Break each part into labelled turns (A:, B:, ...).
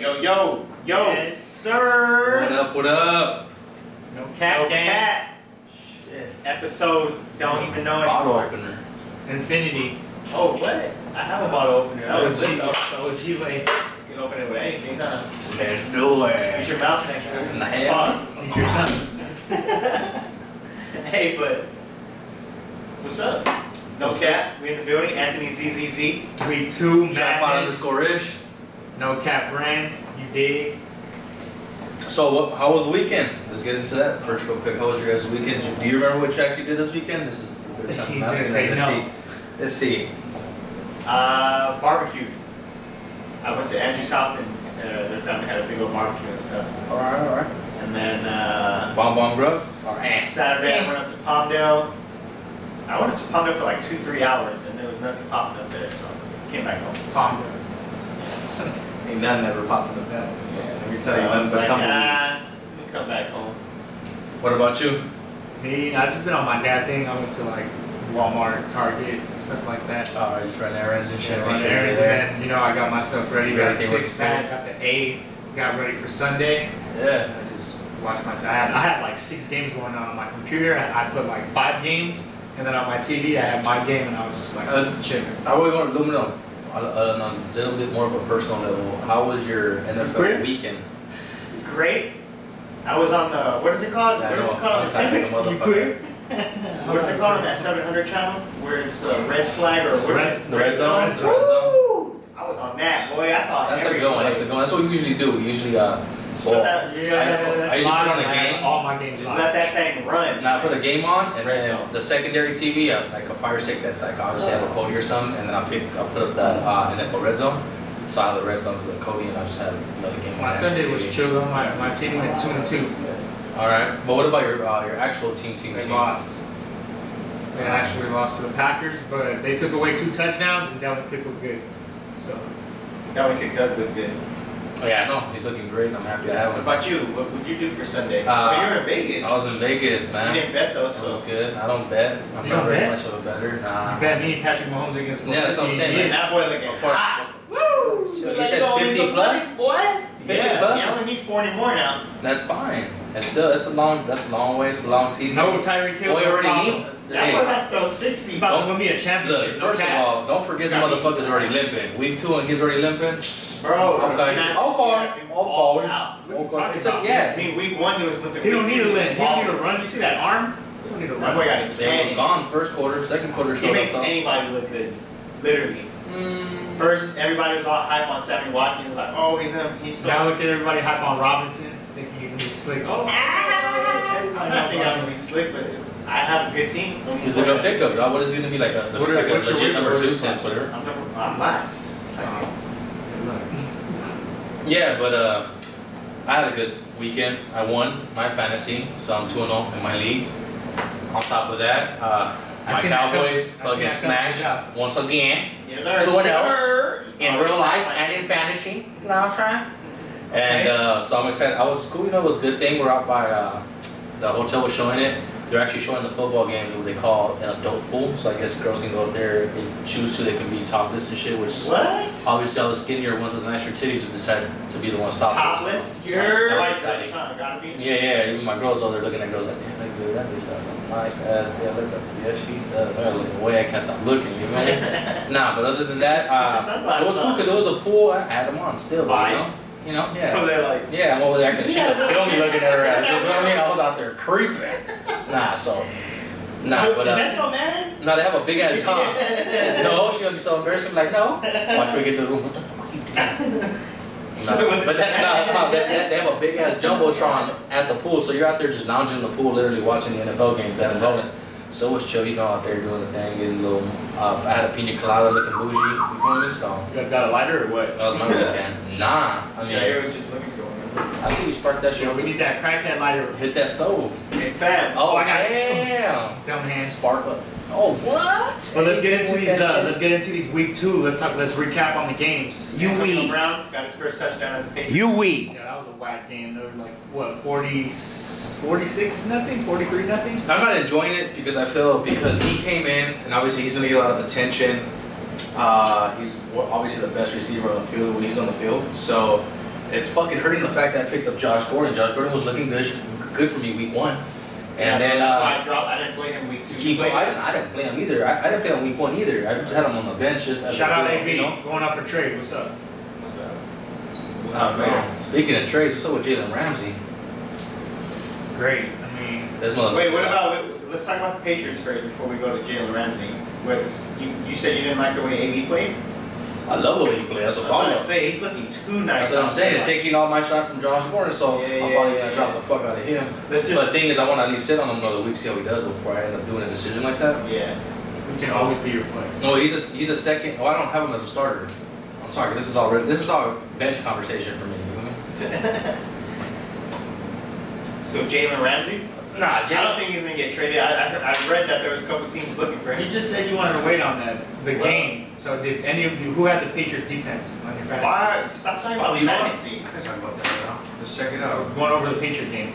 A: Yo, yo, yo.
B: Yes, sir.
C: What up, what up?
B: No cat,
A: No
B: Dan.
A: cat. Episode, don't even know
C: Bottle
A: anymore.
C: opener.
B: Infinity.
A: Oh, what? I have a bottle opener. That was good, though.
B: OG way.
A: You can open it with anything, huh?
C: Let's do
A: Use
C: it.
A: your mouth next to it.
C: Pause.
B: He's your son.
A: hey, but. What's up? No cat. We in the building. Anthony ZZZ.
B: We two
C: Trap on
B: madness.
C: underscore ish.
B: No cap brand. You dig?
C: So, what, how was the weekend? Let's get into that first, real quick. How was your guys' weekend? Did you- Do you remember what you actually did this weekend? This is the third time I'm
B: He's
C: asking
B: gonna say
C: that. Let's
B: no.
C: see. Let's see.
A: Uh, barbecue. I went to Andrew's house and uh, their family had a big old barbecue and stuff.
C: Alright, alright.
A: And then uh,
C: Bomb bomb grub? Alright.
A: Saturday I went up to Palmdale. I went up to Palmdale for like two, three hours and there was nothing popping up there, so I came back home.
B: Palm.
C: Ain't nothing ever popping up now.
A: Yeah,
C: Let me
A: so
C: tell you,
A: I
C: nothing
A: was
C: but
A: like,
C: tumbleweeds.
A: ah, let me come back home.
C: What about you?
B: Me, I just been on my dad thing. I went to like Walmart, Target, stuff like that.
C: Alright, just run errands and
B: Yeah,
C: shit. make
B: run
C: sure you're
B: errands, and
C: there.
B: then you know I got my stuff ready.
C: You
B: Got a
C: got the
B: six pack. Got the eight. Got ready for Sunday.
C: Yeah.
B: I just watched my. T- I had I had like six games going on on my computer. I, I put like five games, and then on my TV I had my game, and I was just like
C: Uh,
B: chilling.
C: I really want to aluminum on a, on a little bit more of a personal level. How was your NFL
B: Great.
C: weekend?
A: Great. I was on the, what is it called?
C: Yeah, I
A: What is
C: know.
A: it called on the
C: It's like a
A: seven?
C: motherfucker.
B: queer?
A: What is it called on that seven hundred channel where it's uh, red flag or what?
B: Red-
C: the red zone? The red zone?
A: Woo! I was on that, boy. I saw
C: That's a
A: every
C: good one.
A: play.
C: That's a good one. That's what we usually do. We usually uh,
A: Just let
C: well,
A: that,
B: Yeah,
A: just
B: yeah,
A: let
B: yeah,
A: that-
B: that's
C: I usually
B: mine.
C: put on a
B: I had
C: game.
B: All my games.
A: just
B: live.
A: let that thing run.
C: not put a game on, and
A: Red
C: then
A: zone.
C: the secondary TV, uh, like a fire stick that's like obviously I have a Cody or something, and then I'll pick, I'll put up the uh, NFL red zone. So I have the red zone for the Cody, and I'll just have another game on.
B: My
C: national
B: Sunday was
C: TV.
B: chill. though. My my team went two and two.
C: All right. But what about your uh, your actual team team
B: They
C: team?
B: lost. They actually lost to the Packers, but they took away two touchdowns and Dalvin Cook looked good. So
A: Dalvin Cook does look good.
C: Oh, yeah, I know. He's looking great, and I'm happy to have
A: What
C: him.
A: about you? What would you do for Sunday?
C: Uh,
A: oh, you were in Vegas.
C: I was in Vegas, man.
A: you didn't bet though,
C: That was
A: so.
C: good. I don't bet. I'm
B: You
C: not
B: don't
C: very
B: bet?
C: much of a better. Nah.
B: you bet me Patrick Mahomes against
C: Yeah, that's what I'm saying,
A: Man, that
C: Yes.
A: boy looking
C: Of course.
A: hot. Woo!
C: Shit,
A: You Ah.
C: you
A: like oh,
C: said
A: going
C: 50
A: some
C: plus?
A: money, Boy?
C: 50
A: Yeah.
C: plus?
A: You only need 40 more now.
C: That's fine. And still, it's a long. That's a long way. It's a long season.
B: No Tyreek
C: we
B: Hill.
C: already
B: no
C: need.
B: problem.
A: That boy
C: Hey,
A: about to throw 60.
B: He's
A: About
B: about to win me a championship.
C: look.
B: no
C: First of
B: cap.
C: all, don't forget the
A: Got me.
C: motherfucker's already limping. Week two, and he's already limping.
A: Bro,
C: Okay.
A: you're not
C: I'll
A: just
C: call
A: gonna
C: it.
A: be
C: I'll
A: balled
C: call it.
A: out.
B: What are we
C: It's
B: talking
C: like,
B: about?
A: I
C: yeah.
A: mean, week one, he was looking
B: He don't need
A: a
B: to limp. He don't need to run. You see that arm? He don't need to
A: That
B: run.
A: boy got a
C: It was
A: cannon.
C: gone. First quarter, second quarter
A: He
C: showed
A: makes
C: us up.
A: anybody look good. Literally.
C: Mm,
A: First, everybody was all hype on Sammy Watkins, like, oh, he's him, he's so.
B: Now look at everybody hype on Robinson, thinking you can be slick. Oh,
A: I don't think I'm gonna be slick, but I have a good team.
C: He's a good pickup, dog. What is he gonna be like? A,
B: What are-
C: like a
B: what's your
C: legit
B: week
C: number
B: order
C: two
B: like?
C: since whatever.
A: I'm, number, I'm last.
C: Oh, Yeah, but uh, I had a good weekend. I won my fantasy, so I'm 2 0 in my league. On top of that, uh,
B: I
C: my
B: seen that coming. I
C: Cowboys
B: seen
C: fucking
B: that coming. Good job.
C: smashed once again
A: Yes, sir.
C: Two and
A: Yes,
C: oh.
A: sir.
C: in
A: Oh,
C: real
A: shit.
C: life and in fantasy. You know what I'm saying? And uh, so I'm excited. I was cool. You know, it was a good thing. We're out by uh, the hotel was showing it. They're actually showing the football games what they call an adult pool. So I guess girls can go up there if they choose to. They can be topless and shit, which
A: What?
C: obviously all the skinnier ones with the nicer titties would decide to be the ones topless.
A: Topless?
C: That
A: You're uh,
C: was exciting.
A: Gotta be.
C: Yeah, yeah, even my girls over there looking at girls like, damn, that girl, that bitch got some nice ass. Yeah, look at Yeah, she does. I look away, I can't stop looking, you know? nah, but other than that,
A: Put your- put your
C: uh,
A: sunglasses
C: it was cool
A: on.
C: because it was a pool. I had them on still, you know?
A: Vibes.
C: You know? Yeah.
A: So they're like,
C: Yeah, I'm over there. I could, she could feel me looking at her ass. You feel me? I was out there creeping. Nah, so. Nah,
A: "Look,
C: but.
A: is
C: Uh,
A: that your man?
C: no, they have a big ass tongue. no, she's gonna be so embarrassed. She's like, no. Watch we get to the room. What the fuck are you
A: So it
C: doing? No,
A: wasn't
C: but that,
A: that-
C: no, no, that, that, they have a big ass jumbotron at the pool, so you're out there just lounging in the pool, literally watching the NFL games at the moment. So it was chill, you know, out there doing the thing, getting a little. Uh, I had a pina colada looking bougie. You feel me? So
B: You guys got a lighter or what?
C: that was my weekend. Nah, I mean,
A: Jair was just looking for one.
C: I think you sparked that shit.
B: Yo, we need that. Crack that lighter.
C: Hit that stove.
A: Hey, fam.
C: Oh,
B: I got-
C: damn.
B: Dumb hands.
C: Spark up. Oh, what?
B: Well, let's get into
C: With
B: these.
C: that
B: Uh,
C: shit.
B: let's get into these week two. Let's talk. Let's recap on the games.
A: Antonio Brown got his first touchdown as a Patriot.
C: weed.
B: Yeah, that was a whack game. They were like what 40, 46 nothing, forty three nothing.
C: I'm not enjoying it because I feel because he came in and obviously he's gonna get a lot of attention. Uh, he's wa- obviously the best receiver on the field when he's on the field. So It's fucking hurting the fact that I picked up Josh Gordon. Josh Gordon was looking good, good for me week one, and
A: that's
C: then uh,
A: why I dropped. I didn't play him week two.
C: he. I didn't. I didn't play him either. I, I didn't play him week one either. I just had him on the bench. Just as a
B: Shout out
C: backup,
B: AB,
C: you know?
B: going up for trade. What's up?
A: What's up?
C: Oh, man. Speaking of trades, what's up with Jalen Ramsey?
B: Great. I mean,
C: This motherfucker.
A: Wait, what about? Let's talk about the Patriots first before we go to Jalen Ramsey. What's you? You said you didn't like the way AB played.
C: I love the way he plays. That's a
A: I'm gonna
C: problem.
A: say he's looking too nice.
C: That's what I'm saying. It's taking all my shot from Josh Gordon, so
A: Yeah,
C: I'm
A: yeah,
C: probably
A: yeah,
C: gonna
A: yeah.
C: drop the fuck out of him.
A: Let's
C: But the
A: just.
C: thing is, I want to at least sit on him another week, see how he does before I end up doing a decision like that.
A: Yeah.
B: you can always be your flex.
C: No, he's a he's a second. Oh, I don't have him as a starter. I'm sorry. This is all writ- this is all bench conversation for me. You know what
A: So Jalen Ramsey.
C: I mean? Nah,
A: I don't think he's gonna get traded. I, I, heard- I read that there was a couple teams looking for
B: You
A: him.
B: just said you wanted to wait on that the
A: Well-
B: game. So did any of you who had the Patriots defense on your fantasy?
A: Why? Stop talking
C: Oh,
A: about
C: you want-
A: fantasy.
C: I can talk about that right now. Let's check it out.
B: We're Going over the Patriot game.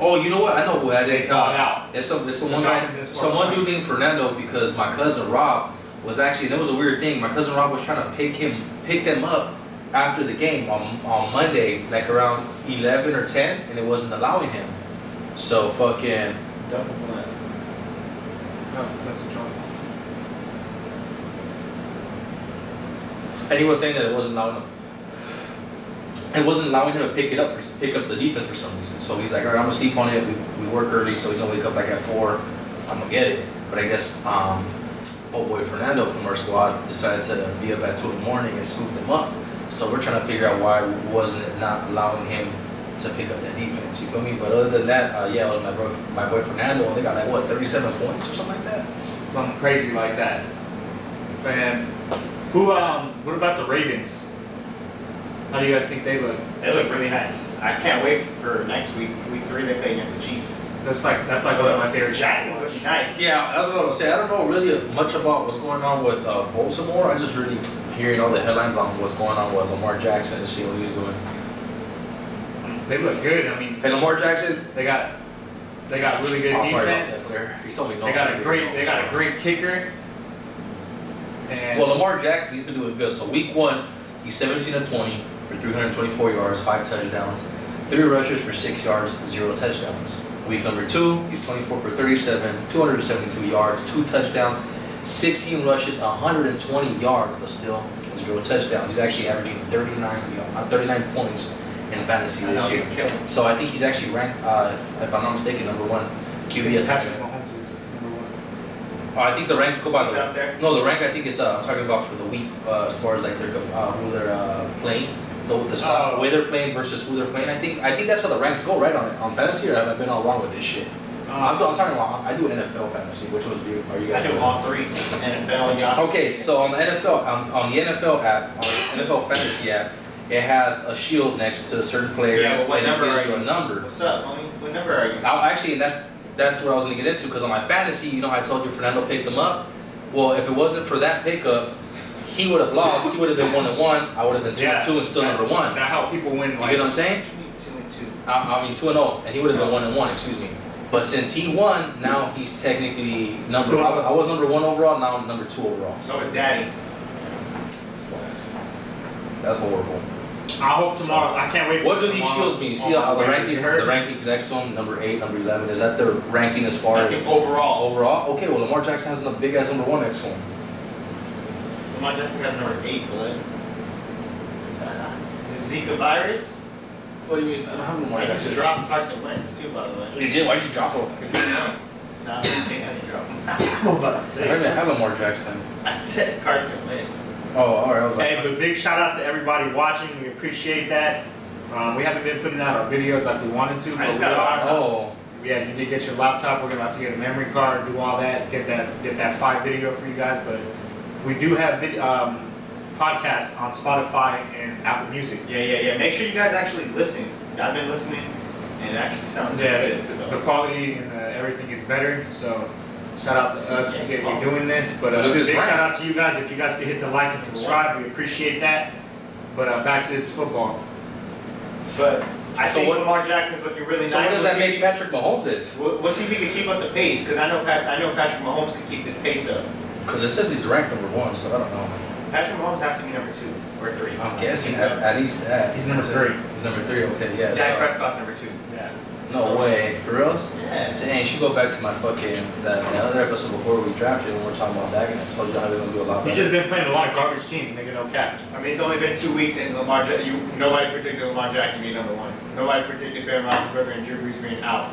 C: Oh, you know what? I know who had it.
B: Called
C: Uh,
B: out.
C: it's some it's some
B: The
C: one guy,
B: Dolphins and
C: some one dude named Fernando because my cousin Rob was actually that was a weird thing. My cousin Rob was trying to pick him pick them up after the game on on Monday, like around eleven or ten, and it wasn't allowing him. So fucking
A: Double blunt.
B: That's, that's a joke.
C: And he was saying that it wasn't allowing him. It wasn't allowing him to pick it up, for, pick up the defense for some reason. So he's like, all right, I'm gonna sleep on it. We, we work early, so he's gonna wake up like at four. I'm gonna get it. But I guess um, old boy Fernando from our squad decided to be up at two in the morning and scoop them up. So we're trying to figure out why wasn't it not allowing him to pick up that defense. You feel me? But other than that, uh, yeah, it was my bro, my boy Fernando. And they got like what, 37 points or something like that.
B: Something crazy like that. And who? Um. What about the Ravens? How do you guys think they look?
A: They look really nice. I can't wait for next week. Week three, they play against the Chiefs.
B: That's like that's like one of my favorite
A: Jackson's
B: Jacksons.
A: looking nice.
C: Yeah, that's what I was saying. I don't know really much about what's going on with uh, Baltimore. I just really hearing all the headlines on what's going on with Lamar Jackson and see what he's doing.
B: They look good. I mean,
C: And Lamar Jackson,
B: they got they got really good
C: I'm Oh, sorry about that
B: defense.
C: player. He's only
B: They got a great they got a great kicker. And
C: Well, Lamar Jackson, he's been doing good. So week one, he's 17 of 20 for 324 yards, five touchdowns, three rushes for six yards, zero touchdowns. Week number two, he's 24 for 37, 272 yards, two touchdowns, 16 rushes, 120 yards, but still zero touchdowns. He's actually averaging 39 y- uh, 39 points in fantasy
A: I know,
C: this year.
A: he's killing.
C: So I think he's actually ranked, uh, if, if I'm not mistaken, number one QB at the
B: Patrick
C: moment.
B: Mahomes is number one.
C: Uh, I think the ranks go by the
A: He's out there.
C: no, the rank I think is uh, I'm talking about for the week uh, as far as like their uh, who they're uh, playing, the, the style,
B: Oh.
C: the way they're playing versus who they're playing. I think I think that's how the ranks go right on on fantasy. Or have I been all wrong with this shit? I'm, I'm
B: Um,
C: talking about I do NFL fantasy, which was you are you
A: Uh-huh.
C: guys?
A: I do
C: doing?
A: all three. NFL, yeah.
C: Okay, so on the NFL on, on the NFL app, on the NFL fantasy app, it has a shield next to certain players
A: Yeah, but what
C: and it
A: number
C: gives
A: are
C: you a
A: you?
C: number.
A: What's up, homie? What number are you?
C: I actually, and that's that's what I was gonna get into because on my fantasy, you know, I told you Fernando picked them up. Well, if it wasn't for that pickup, he would have lost. He would have been one and one. I would have been two
B: Yeah.
C: and two and still number one.
B: That how people win
C: You
B: like
C: get what I'm saying?
A: Two and two.
C: I, I mean two and zero, and he would have been one and one. Excuse me. But since he won, now he's technically number. I, was- I was number one overall. Now I'm number two overall.
A: So is Daddy.
C: That's horrible.
B: I hope tomorrow. I can't wait.
C: What
B: till
C: do these
B: tomorrow
C: shields mean? You
B: on
C: see
B: my
C: how the
B: waivers.
C: rankings,
B: You heard?
C: the rankings next to him, number eight, number eleven. Is that their ranking as far
A: I
C: as
A: think overall,
C: overall? Okay, well Lamar Jackson has a big ass number one next to him.
A: Lamar Jackson got number eight, blood. The Zika virus.
C: What do you mean? I don't have Lamar
A: I just
C: Jackson.
A: dropped Carson Wentz too, by the way.
C: You did? Why'd you drop him?
A: Nah, I'm just kidding, I didn't drop him.
C: I didn't have Lamar Jackson.
A: I said Carson Wentz.
C: Oh, all right. I was like,
B: Hey, but big shout out to everybody watching. We appreciate that. Um, we haven't been putting out our videos like we wanted to.
A: I just
B: but we
A: got a
B: are-
A: lot
C: oh,
B: Yeah, you did get your laptop. We're about to get a memory card, do all that, get that, get that five video for you guys. But we do have vid- um, podcasts on Spotify and Apple Music.
A: Yeah, yeah, yeah. Make sure you guys actually listen. I've been listening, and it actually sounds
B: Yeah,
A: good.
B: it's- the
A: So.
B: quality and uh everything is better. So shout out to us for getting you doing this. But uh,
C: Look at his
B: big
C: rank.
B: shout out to you guys. If you guys could hit the like and subscribe, we appreciate that. But uh, back to this football.
A: But I
C: So
A: think
C: what-
A: Lamar Jackson's looking really
C: so
A: nice.
C: what does
A: We'll
C: that
A: see if
C: make Patrick Mahomes in?
A: he- we'll- We'll see if he can keep up the pace, because I know Pat, I know Patrick Mahomes can keep this pace up.
C: Because it says he's ranked number one, so I don't know.
A: Patrick Mahomes has to be number two or three.
C: I'm guessing at, at least that.
B: He's number three.
C: He's number three. Okay, yeah.
A: Dak
C: So,
A: Prescott's number two.
B: Yeah.
C: no way, for reals.
A: Yeah.
C: So, And she go back to my fucking that the other episode before we drafted when we we're talking about that and I told you how they're gonna do a lot
B: He's
C: better.
B: just been playing a lot of garbage teams, nigga. No cap.
A: I mean, it's only been two weeks and Lamar, Ja- you, nobody predicted Lamar Jackson being number one. Nobody predicted Ben Roethlisberger and Drew Brees being out.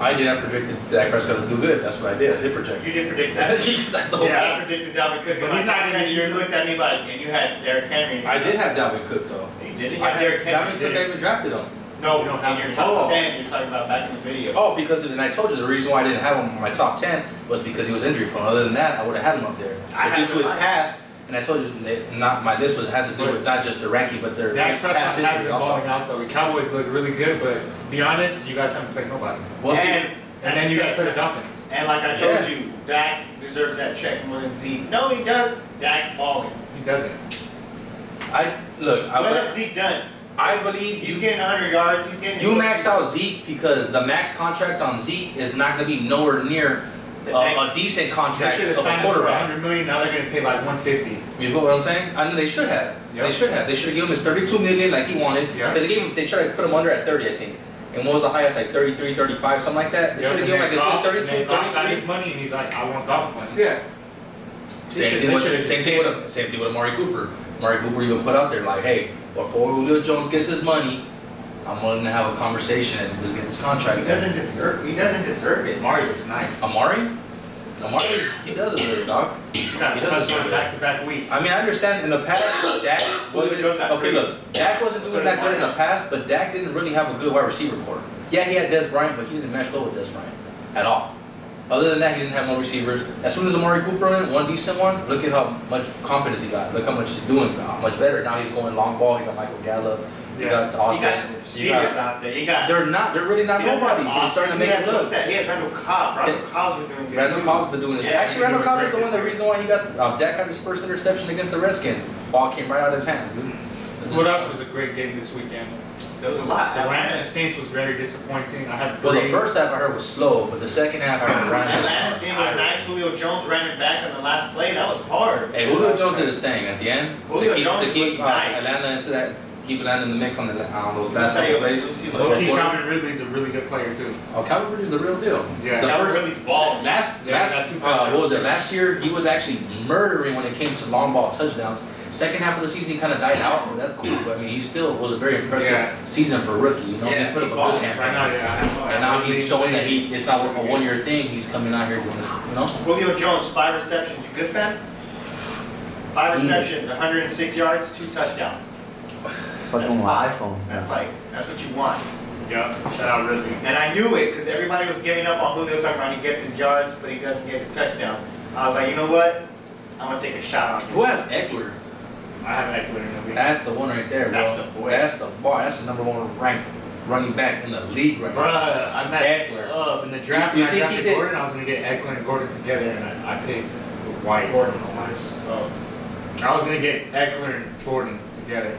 C: I did I predicted Dak Prescott to do good. That's what I did. I did project.
A: You did predict that.
C: That's the whole
A: Yeah, I
C: point.
A: predicted Dalvin Cook.
B: But
A: and
B: he's
A: my
B: not
A: top
B: gonna-
A: 10, You looked at me like, and you had Derrick Henry.
C: I did have Dalvin Cook though.
A: You didn't
C: I
A: have
C: had
A: Derrick Henry.
C: Dalvin Cook. I even drafted him.
A: No,
B: You don't have
A: in your
B: him.
A: top
C: Oh.
A: ten, you're talking about back in the video.
C: Oh, because then I told you the reason why I didn't have him in my top ten was because he was injury prone. Other than that, I would have had him up there.
A: I
C: But due
A: had
C: to
A: him
C: his
A: high.
C: past, and I told you that not my list was has to do with not just the ranking, but their
B: Dak Prescott
C: past
B: has
C: history
B: been
C: also.
B: balling out though. The Cowboys look really good, but be honest, you guys haven't played nobody.
C: We'll see.
A: and, at
B: And then
A: the
B: you guys
A: same
B: play the
A: time-
B: Dolphins.
A: And like I told
C: Yeah.
A: you, Dak deserves that check more than Zeke. No, he does. Dak's balling.
B: He doesn't.
C: I look.
A: What
C: I,
A: has Zeke done?
C: I believe
A: He's getting 100 yards. He's getting.
C: You max out Zeke because the max contract on Zeke is not going to be nowhere near a,
A: The
C: a
A: next-
C: decent
B: They
C: contract
B: should
C: of
B: have
C: a
B: signed him for
C: quarterback.
B: 100 million. Now they're gonna pay like 150.
C: You know what I'm saying? I mean, they should have. They
B: Yep.
C: should have. They should have given him his 32 million like he wanted because
B: Yep.
C: they gave him. They tried to put him under at 30, I think. And what was the highest? Like 33, 35, something like that. They should have given him like
B: thirty
C: his good 32,
B: got his
C: 33.
B: money, and he's like, I want golf money.
C: Yeah. Same
B: should-
C: thing,
B: they
C: with,
B: should have
C: same,
B: just
C: thing with, him- same thing with Amari Cooper. Amari Cooper even put out there like, hey, before Julio Jones gets his money, I'm willing to have a conversation and just get this contract.
A: He doesn't deserve. He doesn't deserve it.
B: Mario's nice.
C: Amari? Amari, he does it better, dog.
B: He got
C: He does
B: touchdowns back to back weeks.
C: I mean, I understand in the past, Dak wasn't.
A: Julio Jones got
C: Okay,
A: three.
C: look, Dak wasn't
A: So
C: doing
A: did
C: that good in
A: Amari.
C: the past, but Dak didn't really have a good wide receiver core. Yeah, he had Des Bryant, but he didn't mesh well with Des Bryant at all. Other than that, he didn't have no receivers. As soon as Amari Cooper in, one decent one, look at how much confidence he got. Look how much he's doing, how much better. Now he's going long ball. He got Michael Gallup. He
B: Yeah.
C: got
A: He
C: Austin.
A: got some
C: You got-
A: receivers out there. He got.
C: They're not. They're really not
A: he doesn't have
C: nobody. He's
A: Austin.
C: starting to make
A: he
C: it
A: has, what's
C: look.
A: that? He has Randall Cobb. Randall Cobb's been doing good.
C: Randall
A: too.
C: Cobb's been doing this.
A: Yeah,
C: Actually,
B: he's
C: Randall
B: doing
C: Cobb is the
B: great
C: one. The
B: this
C: reason why he got uh, Dak got his first interception against the Redskins. Ball came right out of his hands, dude.
B: what else was a great game this weekend?
A: There was a lot.
B: The Rams
A: Atlanta.
B: and Saints was very disappointing. I had
C: Well, the
B: Breeze.
C: first half I heard was slow, but the second half I heard Ryan
A: Atlanta's
C: just.
A: game was nice. Julio Jones ran it back on the last play. That was hard.
C: Hey, Julio Jones did his thing at the end
A: Julio
C: to keep
A: Jones
C: to keep
A: looked
C: uh,
A: nice.
C: Atlanta into that, keep Atlanta in the mix on the on those
A: I'll
C: last
A: tell
C: couple
A: you,
C: plays.
A: we'll see what
B: Low-key,
C: Oh,
B: Calvin Ridley's a really good player too.
C: Calvin Ridley's the real deal.
B: Yeah.
C: The
A: That was
C: first-
A: really balling.
C: Last,
B: Yeah,
C: last,
B: he got two
C: uh, what was it?
B: touchdowns.
C: Last year, he was actually murdering when it came to long ball touchdowns. Second half of the season, he kind of died out, but that's cool. But I mean, he still was a very impressive
B: Yeah.
C: season for a rookie. You know,
A: Yeah,
C: he put up
A: he's
C: a
A: balling
C: good
A: right
C: campaign.
B: Right now, yeah. I have- uh, I
C: And now
B: have
C: he's
B: Breeze
C: showing that
B: playing.
C: he it's not a one-year thing. He's coming out here doing this. You know,
A: Julio Jones, five receptions. You good, fam? Five
D: Mm.
A: receptions, 106 yards, two touchdowns. That's
D: Fucking my
A: five.
D: iPhone.
A: That's like, that's what you want.
B: Yup. Shout out Ridley.
A: And I knew it because everybody was giving up on Julio talking about he gets his yards, but he doesn't get his touchdowns. I was like, you know what? I'm gonna take a shot on him.
C: who has Eckler?
B: I have Eckler in the league.
C: That's the one right there, bro.
A: That's the boy.
C: That's the bar. That's the number one ranked running back in the league right now.
B: Bruh, I matched
C: Eckler.
B: up in the draft
C: You
B: when I
C: think he
B: drafted
C: did?
B: Gordon. I was gonna get Eckler and Gordon together, and I, I picked White. Gordon. I
A: Oh,
B: was gonna get Eckler and Gordon together.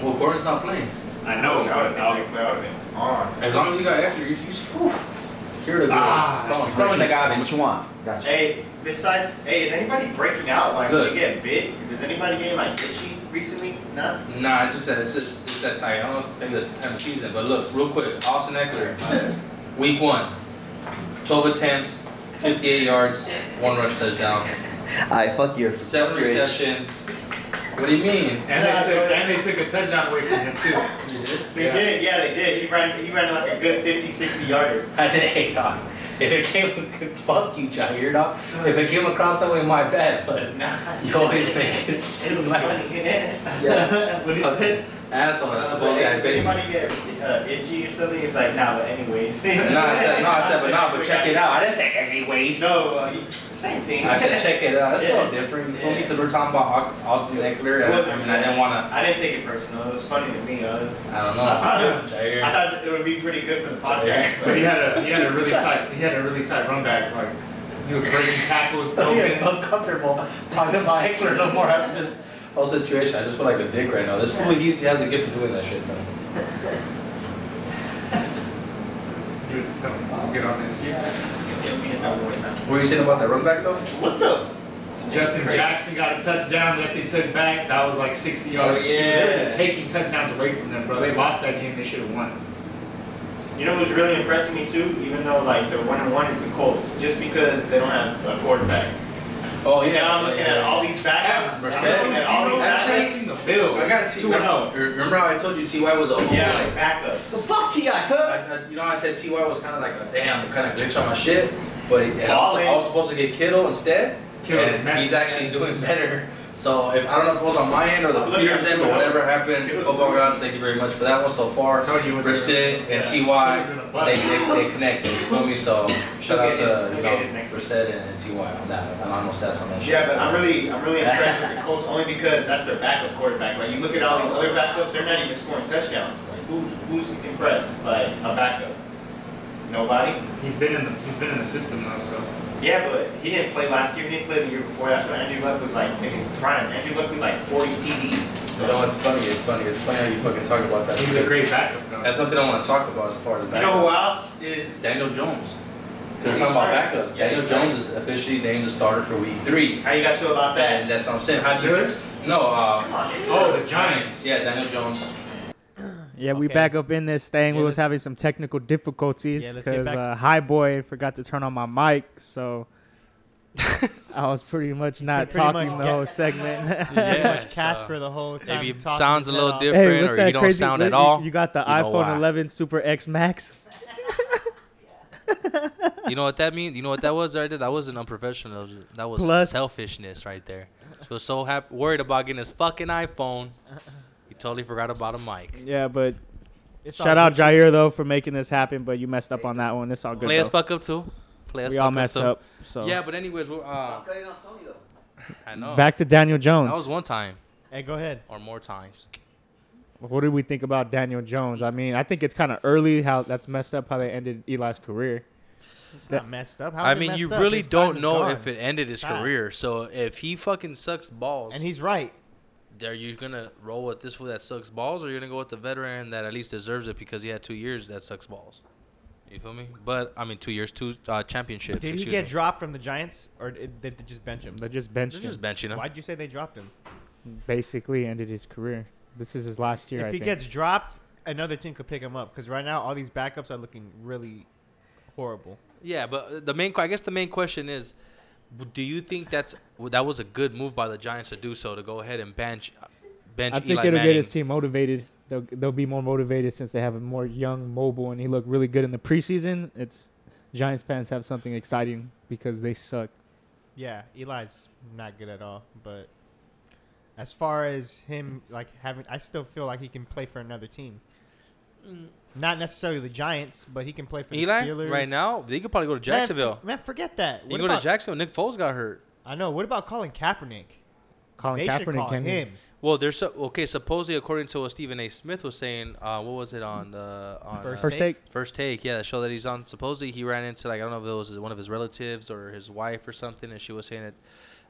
C: Well, Gordon's not playing.
B: I
A: I
B: know,
A: wish I would
B: but I was,
A: have been, I would have been on.
C: As long as you got Eckler, you, you whew, here to go.
B: Ah,
C: Throw him-
B: that's
C: throw him in the
D: How much
C: garbage.
D: you want? Gotcha.
A: Hey, besides, hey, is anybody breaking out? Like,
C: Look.
A: they get bit? Is anybody getting like itchy recently? No.
C: Nah, it's just that it's, it's, it's that tight. I don't think that's the time of season. But look, real quick, Austin Eckler, week one, 12 attempts, 58 yards, one rush touchdown,
D: Alright, fuck you.
C: seven
D: Fuck your age.
C: receptions. What do you mean?
B: and
A: Yeah,
B: they
A: I
B: took
A: know.
B: and they took a touchdown away from him too.
A: They
B: Yeah.
A: did, yeah, they did. He ran, he ran like a good 50, 60 yarder.
C: I did hey dog. If it came, fuck you, Jair dog. If it came across that way, my bad. But
A: Nah.
C: you always make it
A: It
C: seem
A: was
C: like
A: funny. Yes.
C: what is it? Asshole. I suppose yeah,
A: Does
C: basically.
A: anybody get uh, itchy or something? It's like, nah, but anyways.
C: No, I said no, I said but no, but check it out. I didn't say anyways.
A: No, uh, same thing.
C: I said check it out. That's a little different, you feel me?
A: Yeah.
C: Because we're talking about Au- Austin Eckler. and I mean, I didn't want
A: I didn't take it personal. It was funny to me. I was.
C: to. I don't know.
A: I I
C: Jair.
A: thought it would be pretty good for the podcast.
B: But he
A: but-
B: had a he had a really tight he had a really tight run back. Like he was breaking tackles,
E: Oh,
C: I'm
B: open.
C: uncomfortable talking about Eckler no more after this whole situation. I just feel like a dick right now. This fool, he's, he has a gift for doing that shit though.
B: He was telling me, "Get on this."
A: Yeah, we did that one time.
C: What were you saying about that run back though?
A: What the?
B: Justin
E: Crazy.
B: Jackson got a touchdown that they took back. That was like 60
E: Oh,
B: yards. They were
E: yeah.
B: just taking touchdowns away from them, bro. They lost that game. They should have won.
E: You know who's really impressing me too, even though like they're one and one is the Colts, just because they don't have a quarterback.
C: Oh
E: Yeah, I'm looking at all these backups.
C: Mercedes.
E: I'm looking at all these
B: Actually,
E: backups.
B: the Bills. oh.
C: I got T.
B: 2 0.
C: Remember how I told you Ty was a
E: Yeah, like backups.
D: fuck T.I.
C: I, I- you know, I said Ty was kind of like a damn, kind of glitch on my shit. But and I, was, I was supposed to get Kittle instead,
B: Kittle's
C: and
B: messy.
C: he's actually doing better. So if I don't know if it was on my end or the
E: I'm looking
C: computer's
E: at
C: end, but
E: Kittle.
C: whatever happened,
E: Kittle's
C: football
E: doing-
C: gods, thank you very much for that one so
B: I
C: far.
B: told you it was.
C: Brissett and
E: Yeah.
B: Kittle's
C: Ty,
B: been a
C: they,
B: plus.
C: they, they connected. You feel me? So shout out
E: Okay,
C: to
E: it's-
C: you
E: okay,
C: know
E: it's next week.
C: Brissett and, and Ty on that. one. I don't know stats on that shit.
E: Yeah, but I'm really, I'm really impressed with the Colts only because that's their backup quarterback. Like you look at all these other backups, they're not even scoring touchdowns. Like who's, who's impressed by a backup? Nobody.
B: He's been in the he's been in the system though, so
E: Yeah, but he didn't play last year. He didn't play the year before. That's when Andrew Luck was like in his prime. Andrew Luck was like 40 TDs.
C: You know
E: So
C: what's funny? It's funny. It's funny how you fucking talk about that.
B: he's a
C: because
B: great backup though.
C: That's something I want to talk about as far as
E: you know who
C: backups.
E: else is
C: Daniel Jones. They're
E: He's
C: talking about
E: starting.
C: backups.
E: Yeah,
C: Daniel
E: he's starting.
C: Jones is officially named the starter for week three.
E: How you guys feel about that?
C: And that's what I'm saying. How do you-
B: Steelers?
C: No, uh,
E: Come on, dude.
B: Oh, the Giants.
C: yeah, Daniel Jones.
F: Yeah, we
B: Okay.
F: back up in this thing.
B: Yeah,
F: we was having some technical difficulties
B: Yeah, let's get
F: because
B: back-
F: uh, High Boy forgot to turn on my mic, so I was pretty much not
A: pretty
F: talking
A: much
F: the
A: get-
F: whole segment.
A: pretty
C: Yeah,
A: much Casper the whole time.
C: maybe it
A: talking
C: sounds a
A: his head
C: little
A: off.
C: different.
F: hey, what's
C: or
F: that
C: you don't
F: crazy?
C: sound
F: you,
C: at all,
F: You got the
C: you know why.
F: iPhone 11 Super X Max.
C: You know what that means? You know what that was right there? That wasn't unprofessional. That was, that was
F: Plus-
C: selfishness right there. He was so happy, worried about getting his fucking iPhone. He totally forgot about a mic.
F: Yeah, but
A: It's all
F: shout out
A: Gucci.
F: Jair though for making this happen. But you messed up on that one. It's all good.
C: Players
F: though.
C: fuck up too. Players
F: We
C: fuck
F: all messed
C: too.
F: up. So
C: Yeah, but anyways, we're, uh,
D: cutting off Tony though.
C: I know.
F: back to Daniel Jones.
C: that was one time
A: Hey, go ahead.
C: or more times.
F: What do we think about Daniel Jones? I mean, I think it's kind of early how that's messed up how they ended Eli's career.
A: It's not messed up. How
C: I
A: is it
C: mean,
A: messed
C: you
A: up?
C: really
A: His time
C: don't
A: is
C: know
A: gone.
C: if it ended his
A: Fast.
C: career. So if he fucking sucks balls,
A: And he's right.
C: are you gonna roll with this fool that sucks balls, or you're gonna go with the veteran that at least deserves it because he had two years that sucks balls? You feel me? But I mean, two years, two uh, championships.
A: Did he
C: excuse
A: get
C: me.
A: dropped from the Giants, or did did they just bench him?
F: They just benched
C: They're
F: him.
C: just benching him.
A: Why'd you say they dropped him?
F: Basically, ended his career. This is his last year.
A: if
F: I
A: he
F: think.
A: gets dropped, another team could pick him up. Because right now, all these backups are looking really horrible.
C: Yeah, but the main, que- I guess, the main question is, w- do you think that's that was a good move by the Giants to do so to go ahead and bench bench
F: I think
C: Eli
F: it'll
C: Manning?
F: get his team motivated. They'll, they'll be more motivated since they have a more young, mobile, and he looked really good in the preseason. It's Giants fans have something exciting because they suck.
A: Yeah, Eli's not good at all. But as far as him, like having, I still feel like he can play for another team. Not necessarily the Giants, but he can play for
C: Mm. Eli
A: the Steelers
C: right now, they could probably go to
A: Man,
C: Jacksonville.
A: f- Man, forget that.
C: you
A: What
C: go to
A: about,
C: Jacksonville. Nick Foles got hurt.
A: I know. What about Colin Kaepernick?
F: Colin
A: they should
F: Kaepernick
A: call
F: can
A: him.
C: Well, there's so, okay. Supposedly, according to what Stephen A. Smith was saying, uh, what was it on the on
A: First
C: uh,
F: first take.
C: First take, yeah, that show that he's on. Supposedly, he ran into like I don't know if it was one of his relatives or his wife or something, and she was saying that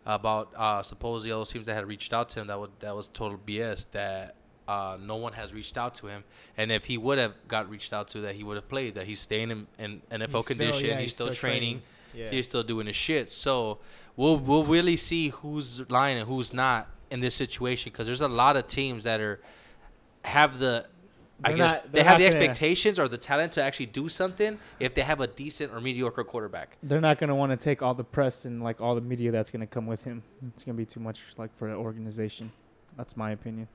C: about uh, supposedly all those teams that had reached out to him that would that was total BS. That uh, no one has reached out to him, and if he would have got reached out to, that he would have played. That he's staying in, in NFL
A: He's still-
C: condition.
A: yeah,
C: he's,
A: he's
C: still,
A: still
C: training.
A: training. Yeah.
C: He's still doing his shit. So we'll we'll really see who's lying and who's not in this situation because there's a lot of teams that are have the I
F: They're
C: guess
F: not-
C: they
F: they're
C: have
F: not
C: the
F: gonna-
C: expectations or the talent to actually do something if they have a decent or mediocre quarterback.
F: They're not gonna want to take all the press and like all the media that's gonna come with him. It's gonna be too much like for the organization. That's my opinion.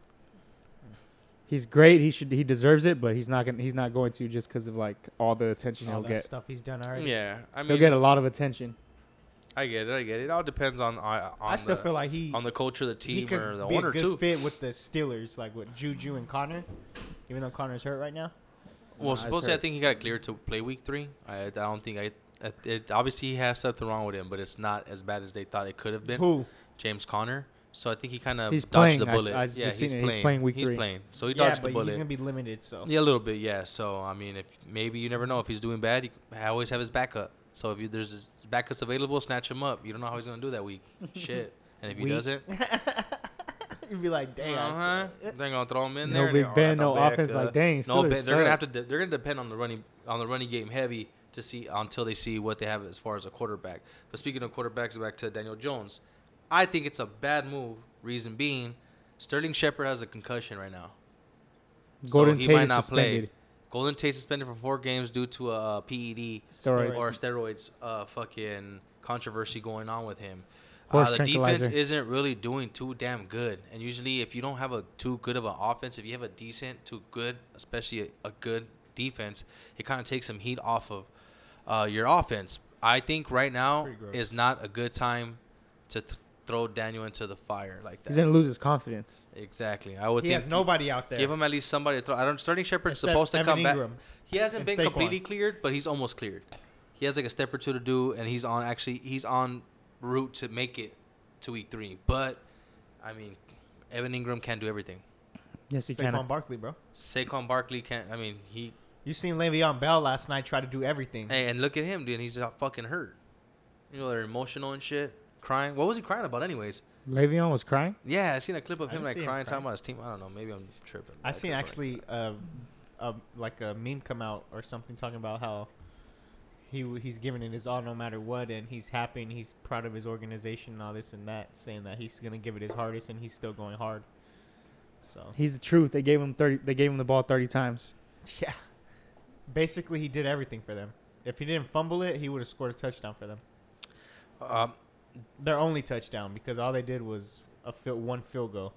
F: He's great. He should. He deserves it, but he's not gonna. He's not going to just because of like all the attention
A: All that
F: he'll get.
A: stuff he's done already.
C: Yeah, I
F: He'll
C: mean,
F: get a lot of attention.
C: I get it, I get it. It all depends on on,
A: I still
C: the,
A: feel like he
C: on the culture, the
A: he
C: team,
A: could
C: or the
A: be
C: owner
A: a good
C: too.
A: fit with the Steelers, like with Juju and Connor. Even though Connor's hurt right now,
C: Well,
F: Nah, I
C: supposedly I
F: heard-
C: think he got cleared to play week three. I, I don't think I. I- It, obviously, he has something wrong with him, but it's not as bad as they thought it could have been.
A: who?
C: James Conner. So I think he kind of
F: He's
C: dodged
F: playing.
C: the
F: I s-
C: bullet.
F: I just
C: yeah,
F: seen
C: he's
F: it. He's
C: playing.
F: playing week three.
C: playing. So he
A: Yeah,
C: dodged
A: but
C: the bullet.
A: he's gonna be limited. So
C: Yeah, a little bit, yeah. So I mean, if maybe you never know if he's doing bad. He, I always have his backup. So if you, there's backups available, snatch him up. You don't know how he's gonna do that week. Shit. And if he
A: Week.
C: doesn't,
A: you'd be like, damn.
C: uh-huh, they're gonna throw him in
F: No
C: there. and
F: Big
C: they-
F: Ben,
C: "All
F: no
C: right, I'm
F: offense,
C: back,
F: like, dang,
C: No,
F: Steelers
C: Ben- they're gonna
F: suck.
C: have to. de- They're gonna depend on the running on the running game heavy to see until they see what they have as far as a quarterback. But speaking of quarterbacks, back to Daniel Jones. I think it's a bad move. Reason being, Sterling Shepard has a concussion right now.
F: Golden
C: he
F: Tate
C: might
F: is
C: not play.
F: suspended.
C: Golden Tate suspended for four games due to a uh, PED
F: Steroids.
C: or steroids uh, fucking controversy going on with him.
F: Horse
C: uh, the defense
F: tranquilizer.
C: isn't really doing too damn good, and usually if you don't have a too good of an offense, if you have a decent to good, especially a, a good defense, it kind of takes some heat off of uh, your offense. I think right now
A: Pretty gross.
C: is not a good time to th- throw Daniel into the fire like that.
F: He's gonna lose his confidence.
C: exactly, I would
A: He
C: think
A: has nobody out there.
C: give him at least somebody to throw. I don't. Sterling Shepard's
A: except
C: supposed to
A: Evan
C: come back.
A: Ingram.
C: He hasn't
A: And
C: been
A: Saquon.
C: completely cleared, but he's almost cleared. He has like a step or two to do, and he's on actually he's on route to make it to week three. But I mean, Evan Ingram can't do everything.
F: Yes, he
A: Saquon
F: can.
A: Barkley, bro.
C: Saquon Barkley can't. I mean, he
A: You seen Le'Veon Bell last night try to do everything.
C: hey, and look at him, dude. He's not fucking hurt. You know, they're emotional and shit, crying. What was he crying about, anyways?
F: Le'Veon was crying.
C: Yeah, I seen a clip of
A: I
C: him
A: didn't
C: like
A: see
C: crying,
A: him crying.
C: talking about his team. I don't know. Maybe I'm tripping.
A: I
C: Like,
A: seen
C: that's what-
A: actually uh, a, like a meme come out or something talking about how he w- he's giving it his all no matter what, and he's happy and he's proud of his organization and all this and that, saying that he's gonna give it his hardest and he's still going hard. So
F: He's the truth. They gave him thirty. They gave him the ball thirty times.
A: yeah, basically he did everything for them. If he didn't fumble it, he would have scored a touchdown for them.
C: Um,
A: Their only touchdown because all they did was a field, one field goal.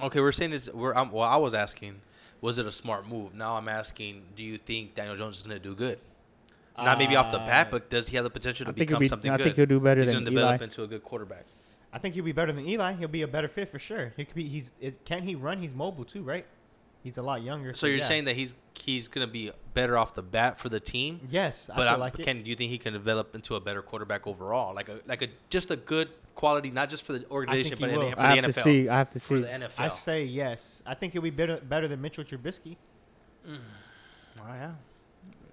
C: Okay, we're saying is we're um, well. I was asking, was it a smart move? Now I'm asking, do you think Daniel Jones is going to do good? Not maybe off the bat,
A: Uh,
C: but does he have the potential to
F: I think he'll
C: become
F: be.
C: something
F: I
C: good?
F: think he'll do better
C: He's
F: than
C: gonna develop
F: Eli.
C: into a good quarterback.
A: I think he'll be better than Eli. He'll be a better fit for sure. He could be. He's. It, can he run? He's mobile too, right? He's a lot younger.
C: So you're
A: yeah.
C: saying that he's he's going to be better off the bat for the team,
A: Yes, I
C: but
A: feel
C: I'm,
A: like it.
C: can do you think he can develop into a better quarterback overall? Like a like a just a good quality, not just for the organization,
A: he
C: but in
A: will.
C: the, for
F: I
C: the
F: have to
C: NFL.
F: see. I have to
C: For
F: see.
C: the NFL.
A: I say yes. I think he'll be better better than Mitchell Trubisky.
C: oh, yeah.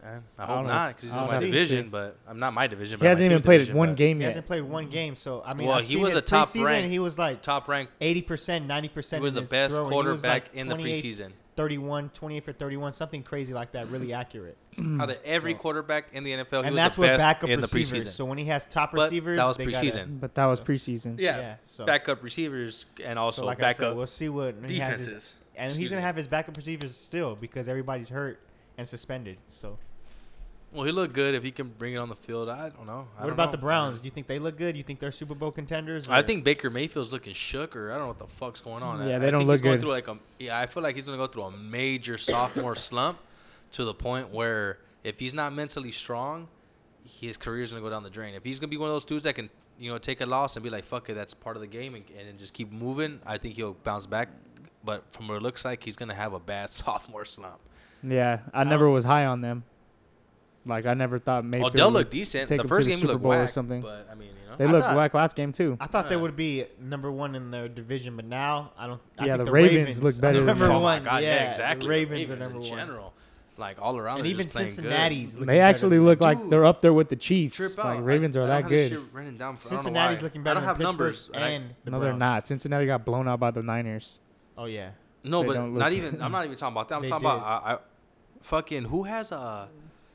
C: I, I
F: don't
C: hope
F: know.
C: not because he's
F: I
C: in
F: don't
C: my
F: know.
C: division, but I'm not my division.
F: He
C: but my
F: hasn't even
C: team's
F: played it
C: division,
F: one
C: but
F: game
A: He
F: yet.
A: hasn't played one game, so I mean,
C: Well,
A: I've
C: he
A: seen
C: was
A: his
C: a top
A: preseason,
C: ranked-
A: He was like
C: Top ranked,
A: eighty percent, ninety percent.
C: he was the best quarterback in the preseason.
A: 31, 28 for 31, something crazy like that, really accurate.
C: Out of every
A: So-
C: quarterback in the NFL,
A: and
C: he was
A: that's
C: the
A: with
C: best
A: backup
C: in the
A: receivers.
C: preseason.
A: So when he has top
C: but
A: receivers,
C: that was
A: they gotta-
C: preseason.
F: But that was preseason.
C: yeah,
A: yeah, so-
C: backup receivers and also
A: so like I said,
C: backup
A: we'll see what he has his
C: defenses.
A: And
C: Excuse
A: he's gonna
C: me.
A: have his backup receivers still because everybody's hurt and suspended. So,
C: Well, he looked good if he can bring it on the field. I don't know.
A: what
C: I don't
A: about
C: know.
A: the Browns? Do you think they look good? Do you think they're Super Bowl contenders?
C: I
A: or-
C: think Baker Mayfield's looking shook, or I don't know what the fuck's going on. I-
F: Yeah,
C: I
F: they don't
C: think
F: look
C: he's going
F: good.
C: Through like a, yeah, I feel like he's gonna go through a major sophomore slump to the point where if he's not mentally strong, his career's gonna go down the drain. If he's gonna be one of those dudes that can, you know, take a loss and be like, "Fuck it, that's part of the game," and, and then just keep moving, I think he'll bounce back. But from what it looks like, he's gonna have a bad sophomore slump.
F: Yeah, I never was high on them. Like I never thought Mayfield.
C: Odell
F: would-
C: looked Oh, decent.
F: take
C: The
F: him to
C: first
F: the
C: game he
F: Super
C: looked
F: Bowl or
C: whack,
F: something.
C: But I mean, you know.
F: They
A: I
F: looked
A: thought-
F: whack last game too.
A: I thought they
C: Yeah.
A: would be number one in their division, but now I don't. I
F: Yeah,
A: think
F: the
A: the,
F: Ravens
A: Ravens
F: look better
A: are
F: than
A: number
F: them.
C: oh
A: one.
C: my God,
A: yeah,
C: yeah,
A: the
C: exactly. The
A: Ravens, are number
C: in
A: one.
C: general, like all around,
A: And
C: they're
A: even
C: just playing
A: Cincinnati's. looking
F: They actually
A: better than
F: look
A: them.
F: like they're up there with the Chiefs.
C: Good. Trip out.
F: Like Ravens
C: I-
F: are
C: I don't
F: that
C: have this
F: good.
C: shit running down for- I don't know why.
A: Cincinnati's looking better.
C: I don't have
A: than
C: numbers.
A: Pittsburgh
C: and I-
A: And the
F: No, they're
A: Browns.
F: not. Cincinnati got blown out by the Niners.
A: Oh yeah,
C: no,
F: They
C: but
F: don't
C: not
F: look-
C: even. I'm not even talking about that. I'm
A: They
C: talking about I, I, fucking who has uh,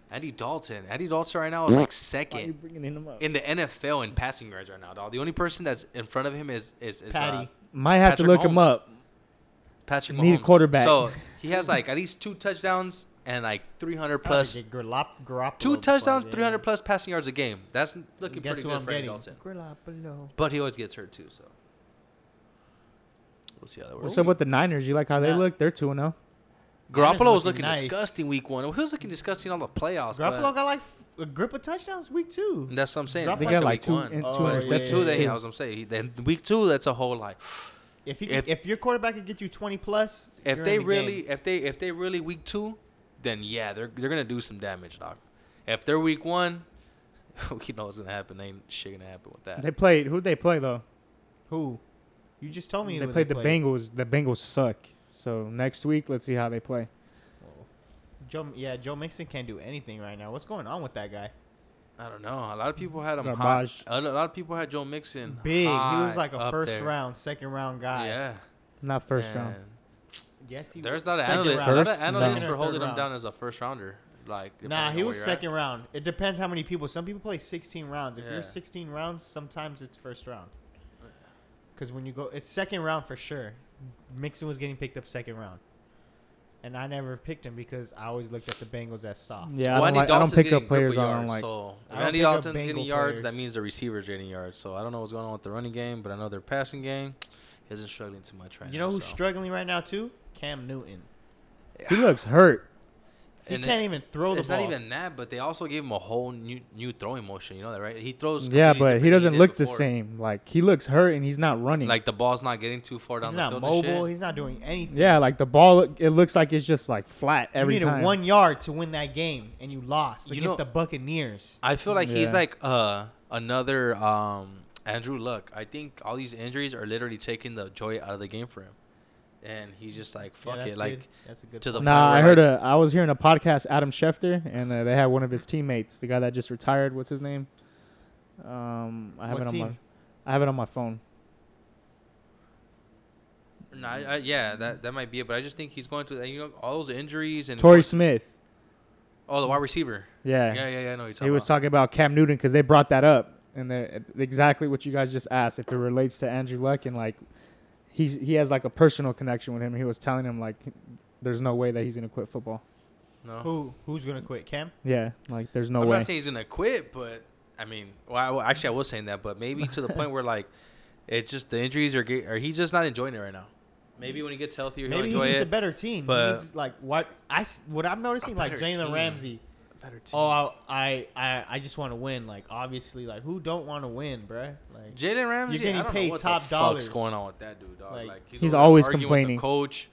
C: Andy Dalton. Andy Dalton right now is like second
F: bringing him up?
C: in the NFL in passing yards right now. Dog. The only person that's in front of him is is, is uh,
A: Patty.
F: Might have
C: Patrick
F: to look him
C: Mahomes.
F: up.
C: Patrick Mahomes.
F: Need a quarterback.
C: So he has like at least two touchdowns and like 300 plus.
A: Garoppolo.
C: Two
A: Garoppolo
C: touchdowns,
A: plays,
C: 300 plus passing yards a game. That's looking
A: uh, Guess
C: pretty
A: who
C: good
A: I'm
C: for
A: getting?
C: Andy Dalton.
A: Garoppolo.
C: But he always gets hurt too, so we'll see how that works.
F: What's up with the Niners? You like how they
A: Nah.
F: look? They're two and oh. zero.
A: Niners
C: Garoppolo was
A: looking
C: looking
A: nice.
C: disgusting week one. He was looking disgusting on the playoffs.
A: Garoppolo
C: But
A: got like f- a grip of touchdowns week two.
C: that's what I'm saying.
A: Garoppolo-
F: They
C: That's
F: got
C: a
F: like
C: week
F: two
C: one.
F: and two
A: Oh, yeah,
F: interceptions.
C: Two, they,
F: too.
C: I was gonna say. Then week two, that's a whole like.
A: If you
C: If-
A: if, your quarterback could get you twenty plus,
C: If
A: you're
C: they
A: in the
C: really,
A: game.
C: if they, if they really week two, then yeah, they're they're gonna do some damage, dog. If they're week one, we know what's gonna happen. Ain't shit gonna happen with that.
F: They played. Who they play though?
A: who, you just told me
F: They
A: who
F: played the Bengals. The Bengals suck. So next week, let's see how they play.
A: Whoa. Joe, yeah, Joe Mixon can't do anything right now. What's going on with that guy?
C: I don't know. A lot of people had him high.
F: Garbage.
C: A lot of people had Joe Mixon
A: Big, he
C: high
A: was like a
C: up
A: first
C: there.
A: round, second round guy.
C: Yeah.
F: Not first round.
C: And-
A: Yes, he
C: There's
A: was
C: not an
A: second
C: analyst.
A: round.
C: Not
F: First
C: an analyst
F: round.
C: for
A: Third
C: holding him
A: round.
C: down as a first rounder. Like
A: Nah, he
C: depending on
A: was
C: where you're at.
A: second round. It depends how many people. Some people play 16 rounds. If
C: Yeah.
A: you're 16 rounds, sometimes it's first round. Because when you go, it's second round for sure. Mixon was getting picked up second round, and I never picked him because I always looked at the Bengals as soft.
F: Yeah,
C: Well,
F: I don't,
C: Andy
F: like, I don't
C: Dalton's
F: pick
C: getting
F: up players
C: Bengal
F: I don't
C: yards,
F: like.
C: So
A: I
C: if
A: don't
C: Andy
A: pick up
C: Dalton's getting
A: Bengal
C: yards, that
A: players.
C: means the receivers getting yards. So I don't know what's going on with the running game, but I know their passing game isn't struggling too much right
A: You
C: now.
A: know who's
C: so.
A: struggling right now too? Cam Newton.
F: He looks hurt.
A: He
C: And
A: can't
C: it-
A: even throw the
C: it's
A: ball.
C: not even that, but they also gave him a whole new new throwing motion. You know that, right? He throws. completely
F: Yeah, but
C: different
F: he
C: than
F: doesn't
C: did
F: look the
C: before.
F: same. Like he looks hurt and he's not running.
C: Like the ball's not getting too far down
A: He's
C: the
A: not
C: field.
A: mobile.
C: And shit.
A: He's not doing anything.
F: yeah, like the ball it looks like it's just like flat every
A: you needed
F: time.
A: one yard to win that game, and you lost
C: You
A: against
C: know-
A: the Buccaneers.
C: I feel like
F: Yeah.
C: he's like uh another um Andrew Luck. I think all these injuries are literally taking the joy out of the game for him, and he's just like
A: Yeah,
C: fuck
A: that's
C: it, like
A: good. that's a good
C: to the
A: point.
C: point
F: Nah, I
C: where,
F: heard
C: like,
F: a. I was hearing a podcast, Adam Schefter, and uh, they had one of his teammates, the guy that just retired. What's his name? Um, I have
A: What
F: it on my.
A: team?
F: I have it on my phone.
C: Nah, I, I- yeah, that that might be it. But I just think he's going to you know all those injuries and
F: Torrey Smith.
C: oh the wide receiver.
F: Yeah,
C: Yeah, yeah, yeah. I know what you're talking
F: he was
C: about.
F: talking about Cam Newton because they brought that up, and they're- exactly what you guys just asked. If it relates to Andrew Luck and like, he's he has like a personal connection with him. He was telling him like, there's no way that he's gonna quit football.
C: no.
A: Who who's gonna quit? Cam.
F: Yeah, like there's no
C: I'm
F: way.
C: not saying he's gonna quit, but I mean, well, I, well, actually, I was saying that, but maybe to the point where like, it's just the injuries are, get, or he's just not enjoying it right now. Maybe when he gets healthier, he'll
A: Maybe he
C: enjoy
A: needs a
C: it.
A: better team. He
C: but-
A: needs, like what I s- what I'm noticing, like
C: better
A: Jalen
C: team.
A: Ramsey.
C: better team.
A: Oh, I I I, I just want to win. Like obviously, like who don't want to win, bruh? Like
C: Jalen Ramsey,
A: You're getting
C: I don't
A: paid
C: know what
A: top
C: the
A: dollars.
C: Fuck's going on with that dude, dog?
A: Like-
C: Like,
F: He's
C: over there
F: always
C: arguing with the
F: complaining.
C: coach.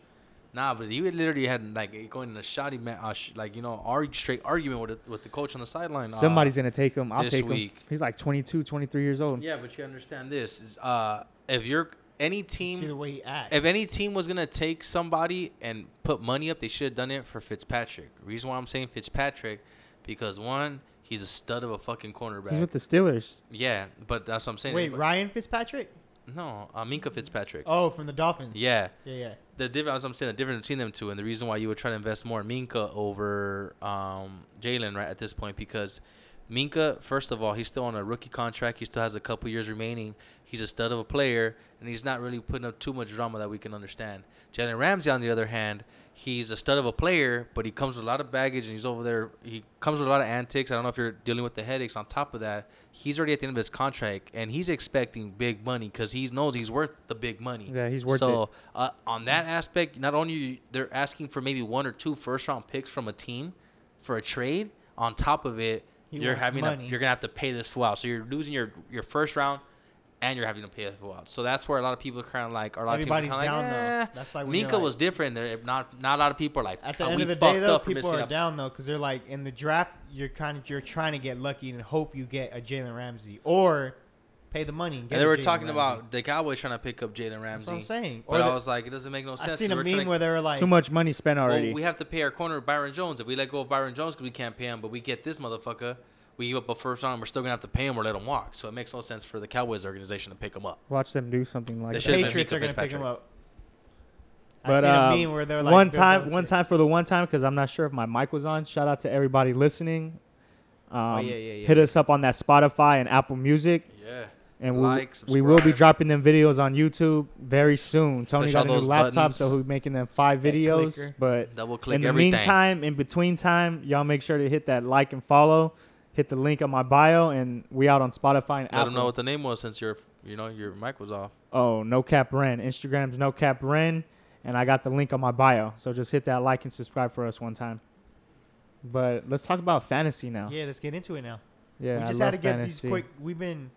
C: Nah, but he literally had like going in a shoddy man, uh, sh- like you know, arg- straight argument with the, with the coach on the sideline. uh,
F: Somebody's gonna take him. I'll
C: this
F: take
C: week.
F: him. He's like 22, 23 years old.
C: Yeah, but you understand this is uh, if you're any team,
A: see the way he acts.
C: If any team was gonna take somebody and put money up, they should have done it for Fitzpatrick. Reason why I'm saying Fitzpatrick, because one, he's a stud of a fucking
F: He's
C: cornerback.
F: with the Steelers.
C: yeah, but that's what I'm saying.
A: wait,
C: But-
A: Ryan Fitzpatrick.
C: No, uh, Minka Fitzpatrick.
A: Oh, from the Dolphins.
C: Yeah,
A: yeah, yeah.
C: the difference. I'm saying the difference between them two, and the reason why you would try to invest more in Minka over um, Jalen right at this point because Minka, first of all, he's still on a rookie contract. He still has a couple years remaining. He's a stud of a player, and he's not really putting up too much drama that we can understand. Jalen Ramsey, on the other hand, he's a stud of a player, but he comes with a lot of baggage, and he's over there. He comes with a lot of antics. I don't know if you're dealing with the headaches. On top of that, he's already at the end of his contract, and he's expecting big money because he knows he's worth the big money.
F: Yeah, he's worth
C: so,
F: it.
C: uh, on that aspect, not only they're asking for maybe one or two first round picks from a team for a trade, on top of it,
A: He
C: you're
A: wants
C: having to-
A: money.
C: you're gonna have to pay this fool out. So you're losing your, your first round, and you're having to pay this fool out. So that's where a lot of people are kind of like, or a lot
A: Everybody's
C: of teams are kinda
A: down, though.
C: like, "Eh."
A: That's like when you're
C: Minka
A: like-
C: was different. There, not not a lot of people are like,
A: At the
C: "Oh,
A: end
C: we
A: of the day,
C: fucked
A: though,
C: up for
A: people
C: missing
A: are
C: out."
A: down though because they're like in the draft. You're kind of you're trying to get lucky and hope you get a Jalen Ramsey or pay the money. And, get
C: And they
A: a
C: were
A: Jalen
C: talking
A: Ramsey.
C: about the Cowboys trying to pick up Jalen Ramsey.
A: That's what I'm saying.
C: But
A: Or
C: I
A: the-
C: was like, it doesn't make no sense.
A: I seen a
C: We're
A: meme
C: trying to-
A: where they were like,
F: Too much money spent already.
C: Well, we have to pay our corner Byron Jones. If we let go of Byron Jones, 'cause we can't pay him, but we get this motherfucker. We give up a first round. We're still gonna have to pay him or let him walk. So it makes no sense for the Cowboys organization to pick him up.
F: Watch them do something like
C: They
F: that.
C: should've been
A: Patriots
C: Mika
A: are gonna pick him
C: Fitzpatrick.
A: up.
F: But
A: I
F: um,
A: seen a meme where they're like
F: one
A: Bill
F: time,
A: Belichick.
F: one time for the one time, because I'm not sure if my mic was on. Shout out to everybody listening. Um,
C: Oh, yeah, yeah, yeah.
F: Hit us up on that Spotify and Apple Music,
C: Yeah.
F: and
C: Like,
F: we we will be
C: subscribe.
F: dropping them videos on YouTube very soon. Tony
C: Push
F: got
C: all
F: a new
C: those
F: laptop,
C: buttons.
F: so he'll be making them five
A: That
F: videos.
A: clicker.
F: But
C: Double click
F: in the
C: everything.
F: meantime, in between time, y'all make sure to hit that like and follow. Hit the link on my bio, and we out on Spotify and
C: let
F: Apple.
C: him know what the name was since your you know your mic was off.
F: Oh, no cap Ren. Instagram's no cap Ren, and I got the link on my bio. So just hit that like and subscribe for us one time. But let's talk about fantasy now. Yeah,
A: Yeah, let's get into it now. we
F: I
A: just
F: love
A: had to get
F: fantasy.
A: these quick. We've been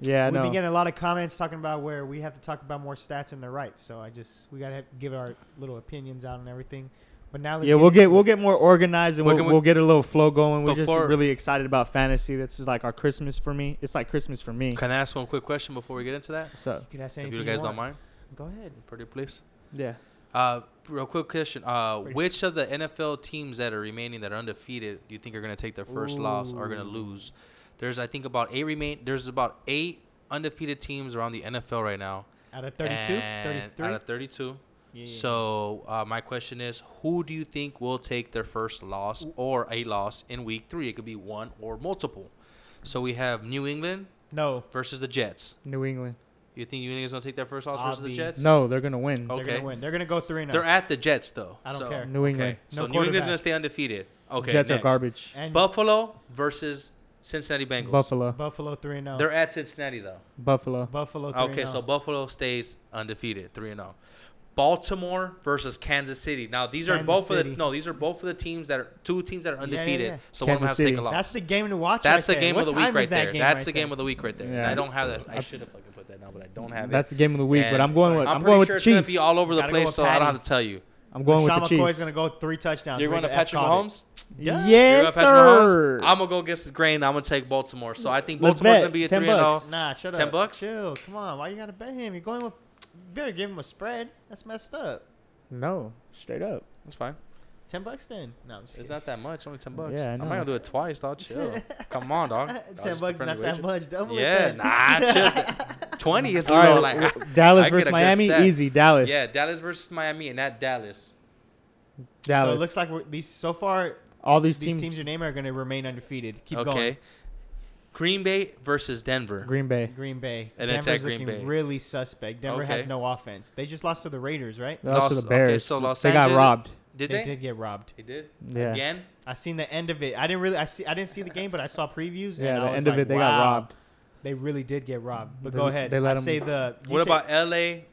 F: Yeah, I
A: we've
F: know.
A: been getting a lot of comments talking about where we have to talk about more stats and the right. So I just we gotta have- give our little opinions out and everything. But now let's
F: Yeah, we'll get
A: into
F: we'll
A: it.
F: get more organized and
C: What
F: we'll,
C: can we-
F: we'll get a little flow going. We're just
C: Before-
F: really excited about fantasy. This is like our Christmas for me. It's like Christmas for me.
C: Can I ask one quick question before we get into that?
F: So
A: You could ask
C: If
A: anything
C: you guys
A: want.
C: don't mind,
A: Go ahead.
C: pretty please.
F: yeah,
C: Uh, real quick question. Uh,
A: Pretty
C: which of the NFL teams that are remaining that are undefeated do you think are going to take their first loss or are going to
A: Ooh.
C: lose? There's I think about eight remain. There's about eight undefeated teams around the NFL right now.
A: Out of 32,
C: And
A: 33.
C: Out of 32.
A: Yeah, yeah, yeah.
C: So uh, my question is, who do you think will take their first loss or a loss in Week Three? It could be one or multiple. So we have New England
A: no,
C: versus the Jets.
F: New England.
C: You think you niggas gonna take that first loss
A: I'll
C: versus the
A: be-
C: Jets?
F: No, they're gonna win.
A: They're
C: Okay.
A: gonna win. They're gonna go three and oh.
C: They're at the Jets though.
A: I don't
C: so-
A: care.
F: New England.
C: Okay. So
A: No
C: New England's
A: quarterback.
C: gonna stay undefeated. Okay.
F: Jets
C: next.
F: are garbage.
A: and
C: Buffalo versus Cincinnati Bengals.
F: Buffalo.
A: Buffalo three and zero.
C: They're at Cincinnati though.
F: Buffalo.
A: Buffalo three oh.
C: Ah, Okay, so Buffalo stays undefeated, three and zero. Baltimore versus Kansas City. Now these are
A: Kansas
C: both of the
A: City.
C: no, these are both of the teams that are two teams that are
A: yeah,
C: undefeated.
A: yeah.
C: So one of them has
F: Kansas
C: to take
F: City.
C: a loss.
A: that's the game to watch.
C: That's
A: right
C: the game
A: there.
C: of the
A: What
C: week
A: time
C: right
A: is that
C: there.
A: game
C: That's
A: right
C: the
A: there?
C: game of the week right there. And
F: Yeah.
C: I don't have that. I
F: I-
C: should have fucking put that now, but I don't have
F: That's
C: it.
F: the game of the week. but
C: And
F: I'm going
C: sorry.
F: with
C: I'm,
F: I'm,
C: pretty
F: going with
C: sure
F: the
C: it's gonna
F: Chiefs.
C: be all over the
A: Gotta go
C: place,
A: with
C: so I don't
A: Patty.
C: have to tell you.
F: I'm going with
A: Sean
F: the
A: McCoy's
F: Chiefs.
A: gonna go three touchdowns.
C: You're
A: Three
C: going to
A: F
C: Patrick
A: caught it.
C: Mahomes. You're going
F: Yes,
C: to Patrick Mahomes.
F: sir.
C: I'm gonna go against the grain. I'm gonna take Baltimore. So I think
F: Let's
C: Baltimore's
F: bet.
C: gonna be a
F: 10
C: three and oh. zero.
F: bucks.
A: Nah, shut up.
C: 10 bucks?
A: Chill. Come on. Why you gotta bet him? You're going with. You better give him a spread. That's messed up.
F: No, straight up.
C: That's fine.
A: Ten bucks then. No, I'm just
C: It's
A: kidding.
C: not that much. Only ten bucks.
F: Yeah, I
C: I'm not
F: know.
C: gonna do it twice. I'll chill. Come on, dog. Dog,
A: ten
C: just a
A: bucks.
C: friendly
A: Not that
C: wager.
A: much. Double
C: Yeah,
A: it. then.
C: nah, chill. Twenty is
F: All
C: low.
F: right,
C: Like,
F: w- Dallas
C: I get a
F: versus
C: good
F: Miami,
C: set.
F: easy. Dallas.
C: yeah, Dallas versus Miami, and at Dallas.
F: Dallas.
A: So it looks like we're, these so far
F: all these,
A: these teams,
F: teams.
A: you name are going to remain undefeated. Keep
C: okay.
A: going.
C: Green Bay versus Denver.
F: Green Bay.
A: Green Bay.
C: And it's
A: Denver's
C: at Green
A: looking
C: Bay.
A: really suspect. Denver has
C: Okay.
A: no offense. They just lost to the Raiders, right?
F: They lost to
C: Los-
F: the
C: okay,
F: Bears.
C: so Los
F: they got
C: Angeles-
F: robbed.
C: Did they?
A: did get robbed.
C: They did.
F: Yeah.
C: Again.
A: I seen the end of it. I didn't really. I see. I didn't see the game, but I saw previews.
F: Yeah,
A: and
F: the
A: I was
F: end of
A: like,
F: it, they
A: wow,
F: got robbed.
A: They really did get robbed. But
F: They-
A: go ahead.
F: they let
A: I
F: 'em-
A: say the. you
C: What
A: say-
C: about L.A.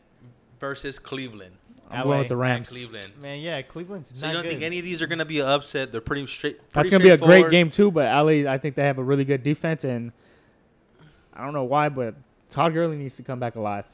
C: versus Cleveland?
F: I'm going with the
A: LA.
F: Rams.
C: Cleveland.
A: Man, yeah, Cleveland's
C: So
A: not
C: you don't
A: good.
C: think any of these are gonna be an upset? They're pretty straight. pretty
F: That's gonna be a great
C: straightforward.
F: game too. But LA, I think they have a really good defense, and I don't know why, but Todd Gurley needs to come back alive.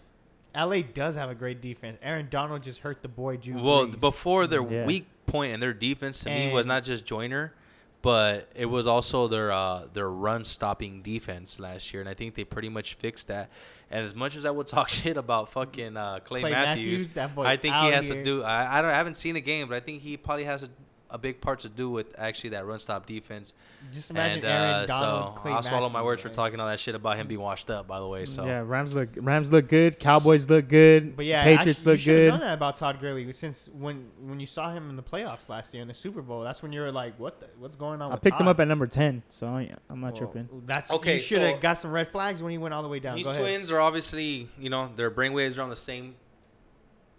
A: LA does have a great defense. Aaron Donald just hurt the boy Drew.
C: Well,
A: Brees.
C: before their
F: Yeah.
C: weak point in their defense to me was
A: And-
C: not just Joyner, but it was also their uh, their run stopping defense last year, and I think they pretty much fixed that. And as much as I would talk shit about fucking uh, Clay,
A: Clay
C: Matthews,
A: Matthews, that boy
C: I think he
A: out
C: has to
A: here.
C: do. I, I don't I haven't seen a game, but I think he probably has a, a big part to do with actually that run stop defense.
A: just imagine
C: and
A: Aaron
C: uh,
A: Donald.
C: so
A: Clay
C: I'll swallow my
A: Matthews,
C: words for
A: man.
C: talking all that shit about him being washed up. By the way, so
F: Yeah, Rams look Rams look good. Cowboys look good.
A: But yeah, actually,
F: Patriots
A: you
F: look
A: should've
F: good.
A: Known that about Todd Gurley since when when you saw him in the playoffs last year in the Super Bowl. That's when you were like, "What? The, what's going on?"
F: I
A: with
F: picked him
A: Todd?
F: up at number ten, so I- I'm not tripping.
A: That's
C: Okay,
A: okay. You should have
C: so-
A: got some red flags when he went all the way down.
C: These
A: Go ahead.
C: twins are obviously, you know, their brainwaves are on the same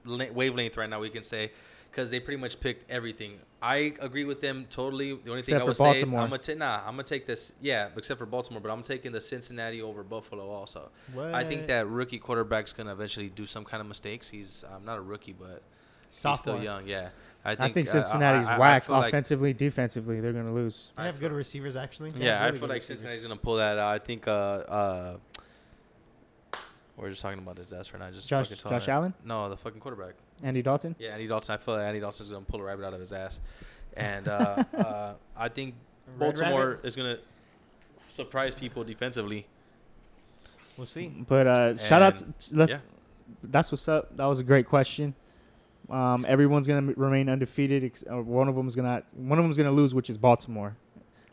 C: la- wavelength right now. We can say because they pretty much picked everything. I agree with them totally. The only thing
F: Except
C: I
F: for
C: would say is
F: Baltimore.
C: I'm gonna ta- nah, I'm gonna take this. Yeah, except for Baltimore, but I'm taking the Cincinnati over Buffalo also. I think
A: What?
C: that rookie quarterback's gonna eventually do some kind of mistakes. He's um, not a rookie, but
A: Sophomore.
C: he's still young. Yeah, I
F: I
C: think,
F: think
C: uh,
F: Cincinnati's
C: I- I- I
F: whack
C: feel like-
F: offensively, defensively. They're gonna lose.
A: They
C: I
A: have
C: feel-
A: good receivers actually. They
C: Yeah,
A: have
C: I
A: really
C: feel
A: good
C: like
A: receivers.
C: Cincinnati's gonna pull that out. I think uh uh we are just talking about disaster and I just
F: Josh-
C: fucking told
F: Josh
C: it.
F: Allen?
C: No, the fucking quarterback.
F: Andy Dalton.
C: Yeah, Andy Dalton. I feel like Andy Dalton's gonna pull a rabbit out of his ass, and uh, uh, I think
A: Red
C: Baltimore
A: rabbit?
C: is gonna surprise people defensively.
A: We'll see.
F: But uh, shout out.
C: And,
F: To, let's.
C: yeah.
F: That's what's up. That was a great question. Um, everyone's gonna m- remain undefeated. Ex- uh, one of them's gonna. One of them's gonna lose, which is Baltimore.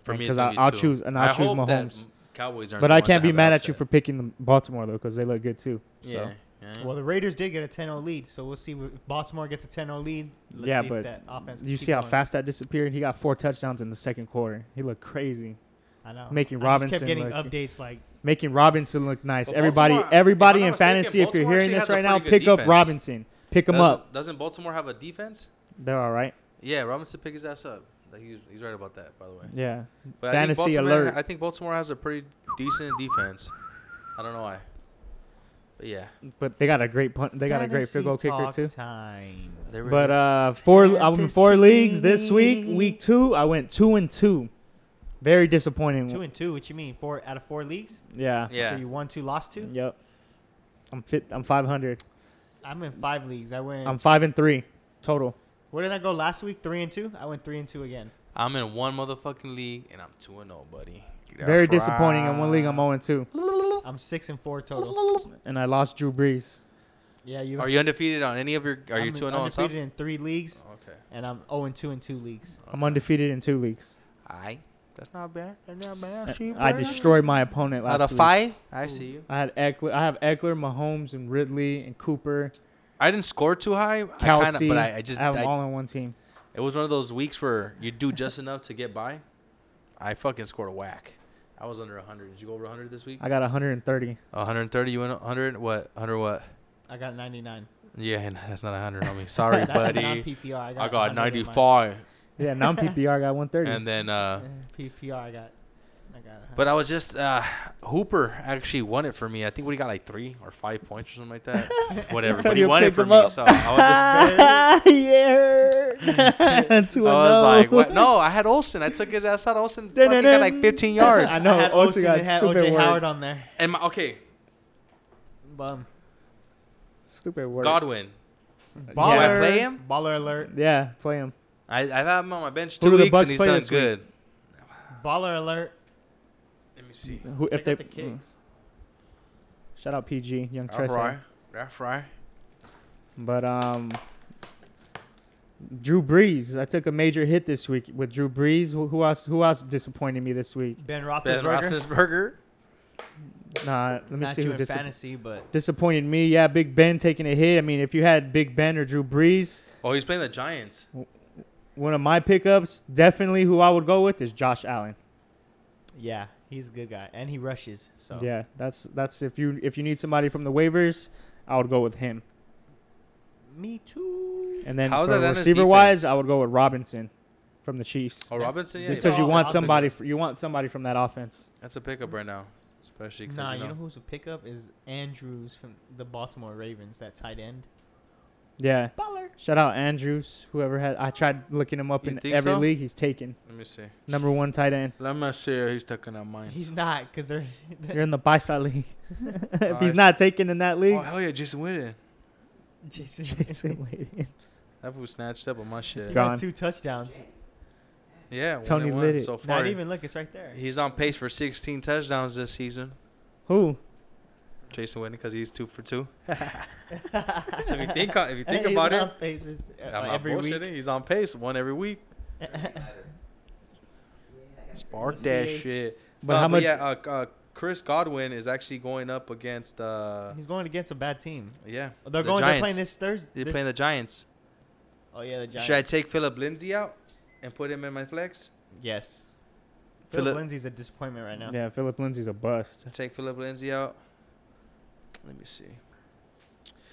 C: For me, it's
F: because
C: gonna be
F: I'll
C: two.
F: choose and I'll
C: I
F: choose
C: hope that
F: Mahomes.
C: M- Cowboys aren't.
F: But
C: the
F: I
C: ones that
F: can't be
C: have an
F: mad at you
C: upset.
F: for picking the Baltimore though, because they look good too. So.
C: Yeah. yeah.
A: Well, the Raiders did get a 10-0 lead, so we'll see if Baltimore gets a 10-0 lead. Let's
F: Yeah,
A: see
F: but
A: if that offense can
F: You
A: keep
F: see how
A: going.
F: fast that disappeared? He got four touchdowns in the second quarter. He looked crazy.
A: I know.
F: making
A: I just
F: Robinson
A: kept getting
F: look-
A: updates like
F: Making Robinson look nice.
C: But
F: everybody
C: Baltimore-
F: everybody
C: if I'm
F: in
C: not mistaken,
F: fantasy, if
C: Baltimore
F: you're
C: actually
F: hearing this
C: has a
F: right now,
C: pretty good
F: pick up
C: defense.
F: Robinson. Pick him
C: Doesn't-
F: up.
C: Doesn't Baltimore have a defense?
F: They're all right.
C: Yeah, Robinson pick his ass up. Like, he's, he's right about that, by the way.
F: Yeah.
C: But
F: Fantasy
C: I think Baltimore-
F: alert.
C: I think Baltimore has a pretty decent defense. I don't know why. But yeah,
F: But they got a great punt. They got a great field goal
A: Fantasy
F: kicker
A: talk
F: too.
A: Time.
C: they were
F: But uh, four I'm in four leagues this week. Week two, I went two and two. Very disappointing.
A: Two and two. What you mean? Four out of four leagues.
F: yeah.
C: yeah,
A: So you won two, lost two.
F: Yep. I'm fit. I'm 500.
A: I'm in five leagues. I went.
F: I'm five and three total.
A: Where did I go last week? Three and two. I went three and two again.
C: I'm in one motherfucking league and I'm two and zero, buddy. You're
F: Very
C: fried.
F: disappointing. In one league, I'm 0 and two,
A: I'm six and four total.
F: and I lost Drew Brees.
A: Yeah, you.
C: Are you undefeated on any of your? Are you
A: I'm
C: two and zero on some?
A: undefeated in three leagues,
C: Okay,
A: and I'm zero and two in two leagues.
F: I'm undefeated in two leagues.
C: I. That's not bad. That's not bad.
F: I destroyed my opponent last
C: Out of
F: week.
C: five, I see you.
F: I had Eckler. I have Eckler, Mahomes, and Ridley and Cooper,
C: I didn't score too high. I
F: Kelsey.
C: kinda, but I, I just
F: have them
C: I-
F: all on one team.
C: It was one of those weeks where you do just enough to get by. I fucking scored a whack. I was under 100. Did you go over 100 this week?
F: I got 130.
C: 130. You went 100. What? 100 what?
A: I got 99.
C: Yeah, and that's not 100 on me. Sorry,
A: That's a
C: buddy.
A: non-PPR. I got,
C: I got
A: 100 in mine.
C: 95.
F: Yeah, non PPR got 130.
C: And then, uh,
A: PPR. I got. I got.
C: but I was just uh, Hooper actually won it for me. I think we got like three or five points or something like that. Whatever. But he
F: Antonio
C: won it
F: picked
C: for
F: him
C: me,
F: up.
C: so I was just
F: yeah. Two and
C: I was
F: oh.
C: like, what? No, I had Olsen. I took his ass out. Olsen fucking got like 15 yards.
F: I know.
A: I had
F: Olsen
A: Olsen
F: got
A: and had
F: stupid
A: OJ
F: work.
A: Howard on there.
C: And my, okay,
A: Bum.
F: Stupid word.
C: Godwin.
A: Baller.
C: Do I play him?
A: Baller alert.
F: Yeah, play him.
C: I, I've had him on my bench
F: Who
C: two
F: do the
C: weeks,
F: Bucks
C: and he's
F: play
C: done
F: this week?
C: good.
A: Baller alert.
C: Let me see.
F: Who,
A: Check
F: if they mm.
A: out the kicks.
F: shout out PG Young
C: That's
F: Tressa,
C: right. That's right.
F: but um, Drew Brees. I took a major hit this week with Drew Brees. Who who else? Who else disappointed me this week?
A: Ben
C: Ben
A: Roethlisberger.
C: Roethlisberger.
F: Nah, let me
A: Not
F: see
A: you
F: who
A: in
F: disappointed.
A: fantasy, but
F: disappointed me. Yeah, Big Ben taking a hit. I mean, if you had Big Ben or Drew Brees,
C: Oh, he's playing the Giants.
F: one of my pickups, definitely who I would go with is Josh Allen.
A: yeah, he's a good guy, and he rushes. So
F: Yeah, that's that's if you if you need somebody from the waivers, I would go with him.
A: Me too.
F: And then
C: How's
F: for
C: Atlanta's
F: receiver wise,
C: defense?
F: I would go with Robinson from the Chiefs.
C: Oh, Robinson. Yeah,
F: Just
C: he's
F: because you
C: on
F: want
C: offense.
F: somebody, f you want somebody from that offense.
C: That's a pickup right now, especially because
A: Nah,
C: you know,
A: who's a pickup is Andrews from the Baltimore Ravens, that tight end.
F: Yeah.
A: Baller.
F: Shout out Andrews, whoever had. I tried looking him up
C: You
F: in
C: think
F: every
C: so?
F: league. He's taken
C: Let me see. Oh,
F: number one tight end.
C: Let me see. He's taking out mine.
A: He's not, cause they're.
F: You're in the buy side league. if
C: I
F: he's
C: see.
F: not taken in that
C: Oh
F: league,
C: hell yeah, Jason Witten.
A: Jason,
F: Jason Witten.
C: That fool snatched up on my shit.
F: It's
A: he
F: gone.
A: had two touchdowns.
C: Yeah, one
F: Tony
C: and one
F: lit it.
C: so far.
A: Not even look, it's right there.
C: He's on pace for 16 touchdowns this season.
F: Who?
C: Jason Witten, because he's two for two. so if you think if you think about
A: He's
C: it,
A: on pace for s- uh,
C: I'm not
A: every week.
C: bullshitting. He's on pace, one every week. Spark that
A: CH.
C: shit.
F: But
C: Uh,
F: how much?
C: Yeah, uh, uh, Chris Godwin is actually going up against. Uh,
A: He's going against a bad team.
C: yeah,
A: They're
C: the
A: going. They're
C: Giants.
A: playing this Thursday.
C: They're playing the Giants.
A: Oh yeah, the Giants.
C: Should I take Philip Lindsay out and put him in my flex?
A: Yes.
C: Phillip-
A: Philip Lindsay's a disappointment right now.
F: Yeah, Philip Lindsay's a bust.
C: Take Philip Lindsay out. Let me see.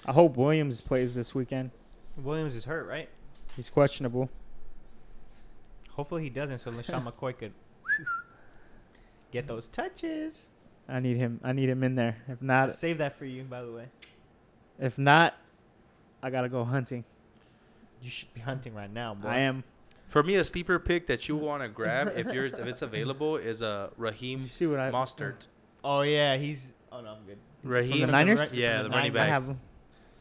F: I hope Williams plays this weekend.
A: Williams is hurt, right?
F: He's questionable.
A: Hopefully he doesn't, so LaShawn McCoy could get those touches.
F: I need him. I need him in there. If not,
A: Save that for you, by the way.
F: if not, I gotta go hunting.
A: You should be hunting right now, boy.
F: I am.
C: For me, a sleeper pick that you want to grab if yours if it's available is a Raheem
F: You see what I?
C: Mostert.
A: Oh yeah, he's. Oh no, I'm good.
F: From the
C: Raheem,
F: Niners?
C: yeah, the running
F: I
C: back.
F: have him.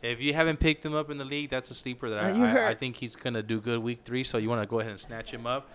C: If you haven't picked him up in the league, that's a sleeper that I,
F: Uh, you
C: I, I
F: hurt.
C: think he's gonna do good week three. So you want to go ahead and snatch him up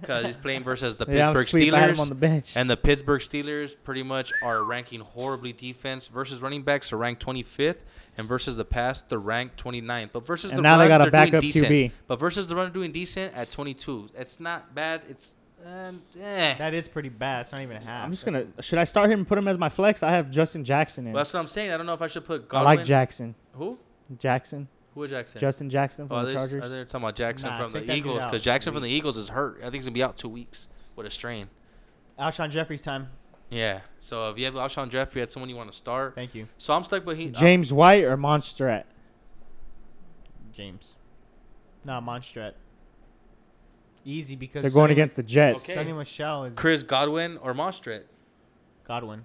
C: because he's playing versus the
F: yeah, I'm
C: Pittsburgh
F: asleep. I had him
C: Steelers.
F: on the bench.
C: And the Pittsburgh Steelers pretty much are ranking horribly defense versus running backs are ranked 25th, and versus the pass they're ranked 29th. But versus
F: And
C: the
F: now
C: run,
F: they got a
C: they're doing
F: backup
C: decent.
F: QB.
C: But versus the run, they're doing decent at 22. It's not bad. It's um, eh.
A: That is pretty bad. It's not even half.
F: I'm just gonna. Should I start him and put him as my flex? I have Justin Jackson in.
C: Well, that's what I'm saying. I don't know if I should put
F: I
C: Godwin.
F: like Jackson.
C: Who?
F: Jackson.
C: Who is Jackson?
F: Justin Jackson
C: oh,
F: from
C: they're,
F: the Chargers.
C: they're talking about Jackson
A: Nah,
C: from
A: take that
C: the
A: dude
C: Eagles
A: out.
C: because Jackson from the Eagles is hurt. I think he's gonna be out two weeks with a strain.
A: Alshon Jeffrey's time.
C: Yeah. So if you have Alshon Jeffrey, that's someone you want to start.
A: Thank you,
C: So I'm stuck with he.
F: James White or Monstrat?
A: James. Nah, Monstrat. Easy because
F: They're going
A: Sonny-
F: against the Jets.
C: Okay.
A: Sonny Michelle is
C: uh, Chris Godwin or Mostret.
A: Godwin.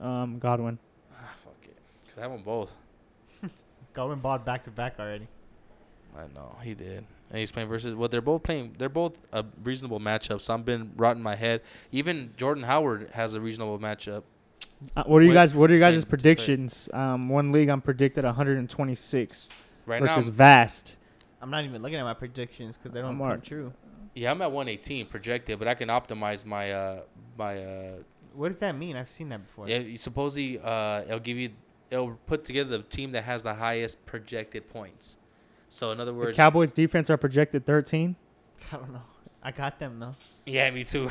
F: Um, Godwin.
C: Ah, fuck it. Cause I have them both.
A: Godwin bought back to back already.
C: I know he did, and he's playing versus. Well, they're both playing. They're both a reasonable matchup. So I've been rotting my head. Even Jordan Howard has a reasonable matchup.
F: Uh, what are you
C: Wait,
F: guys? What are you guys'
C: Detroit.
F: predictions? Um, one league I'm predicted 126
C: Right
F: versus
C: now, I'm-
F: Vast.
A: I'm not even looking at my predictions because they
F: I'm
A: don't
F: marked.
A: come true.
C: yeah, I'm at 118 projected, but I can optimize my uh my uh.
A: What does that mean? I've seen that before.
C: Yeah, you supposedly uh, it'll give you it'll put together the team that has the highest projected points. So in other
F: The
C: words,
F: Cowboys defense are projected 13.
A: I don't know. I got them though.
C: yeah, me too.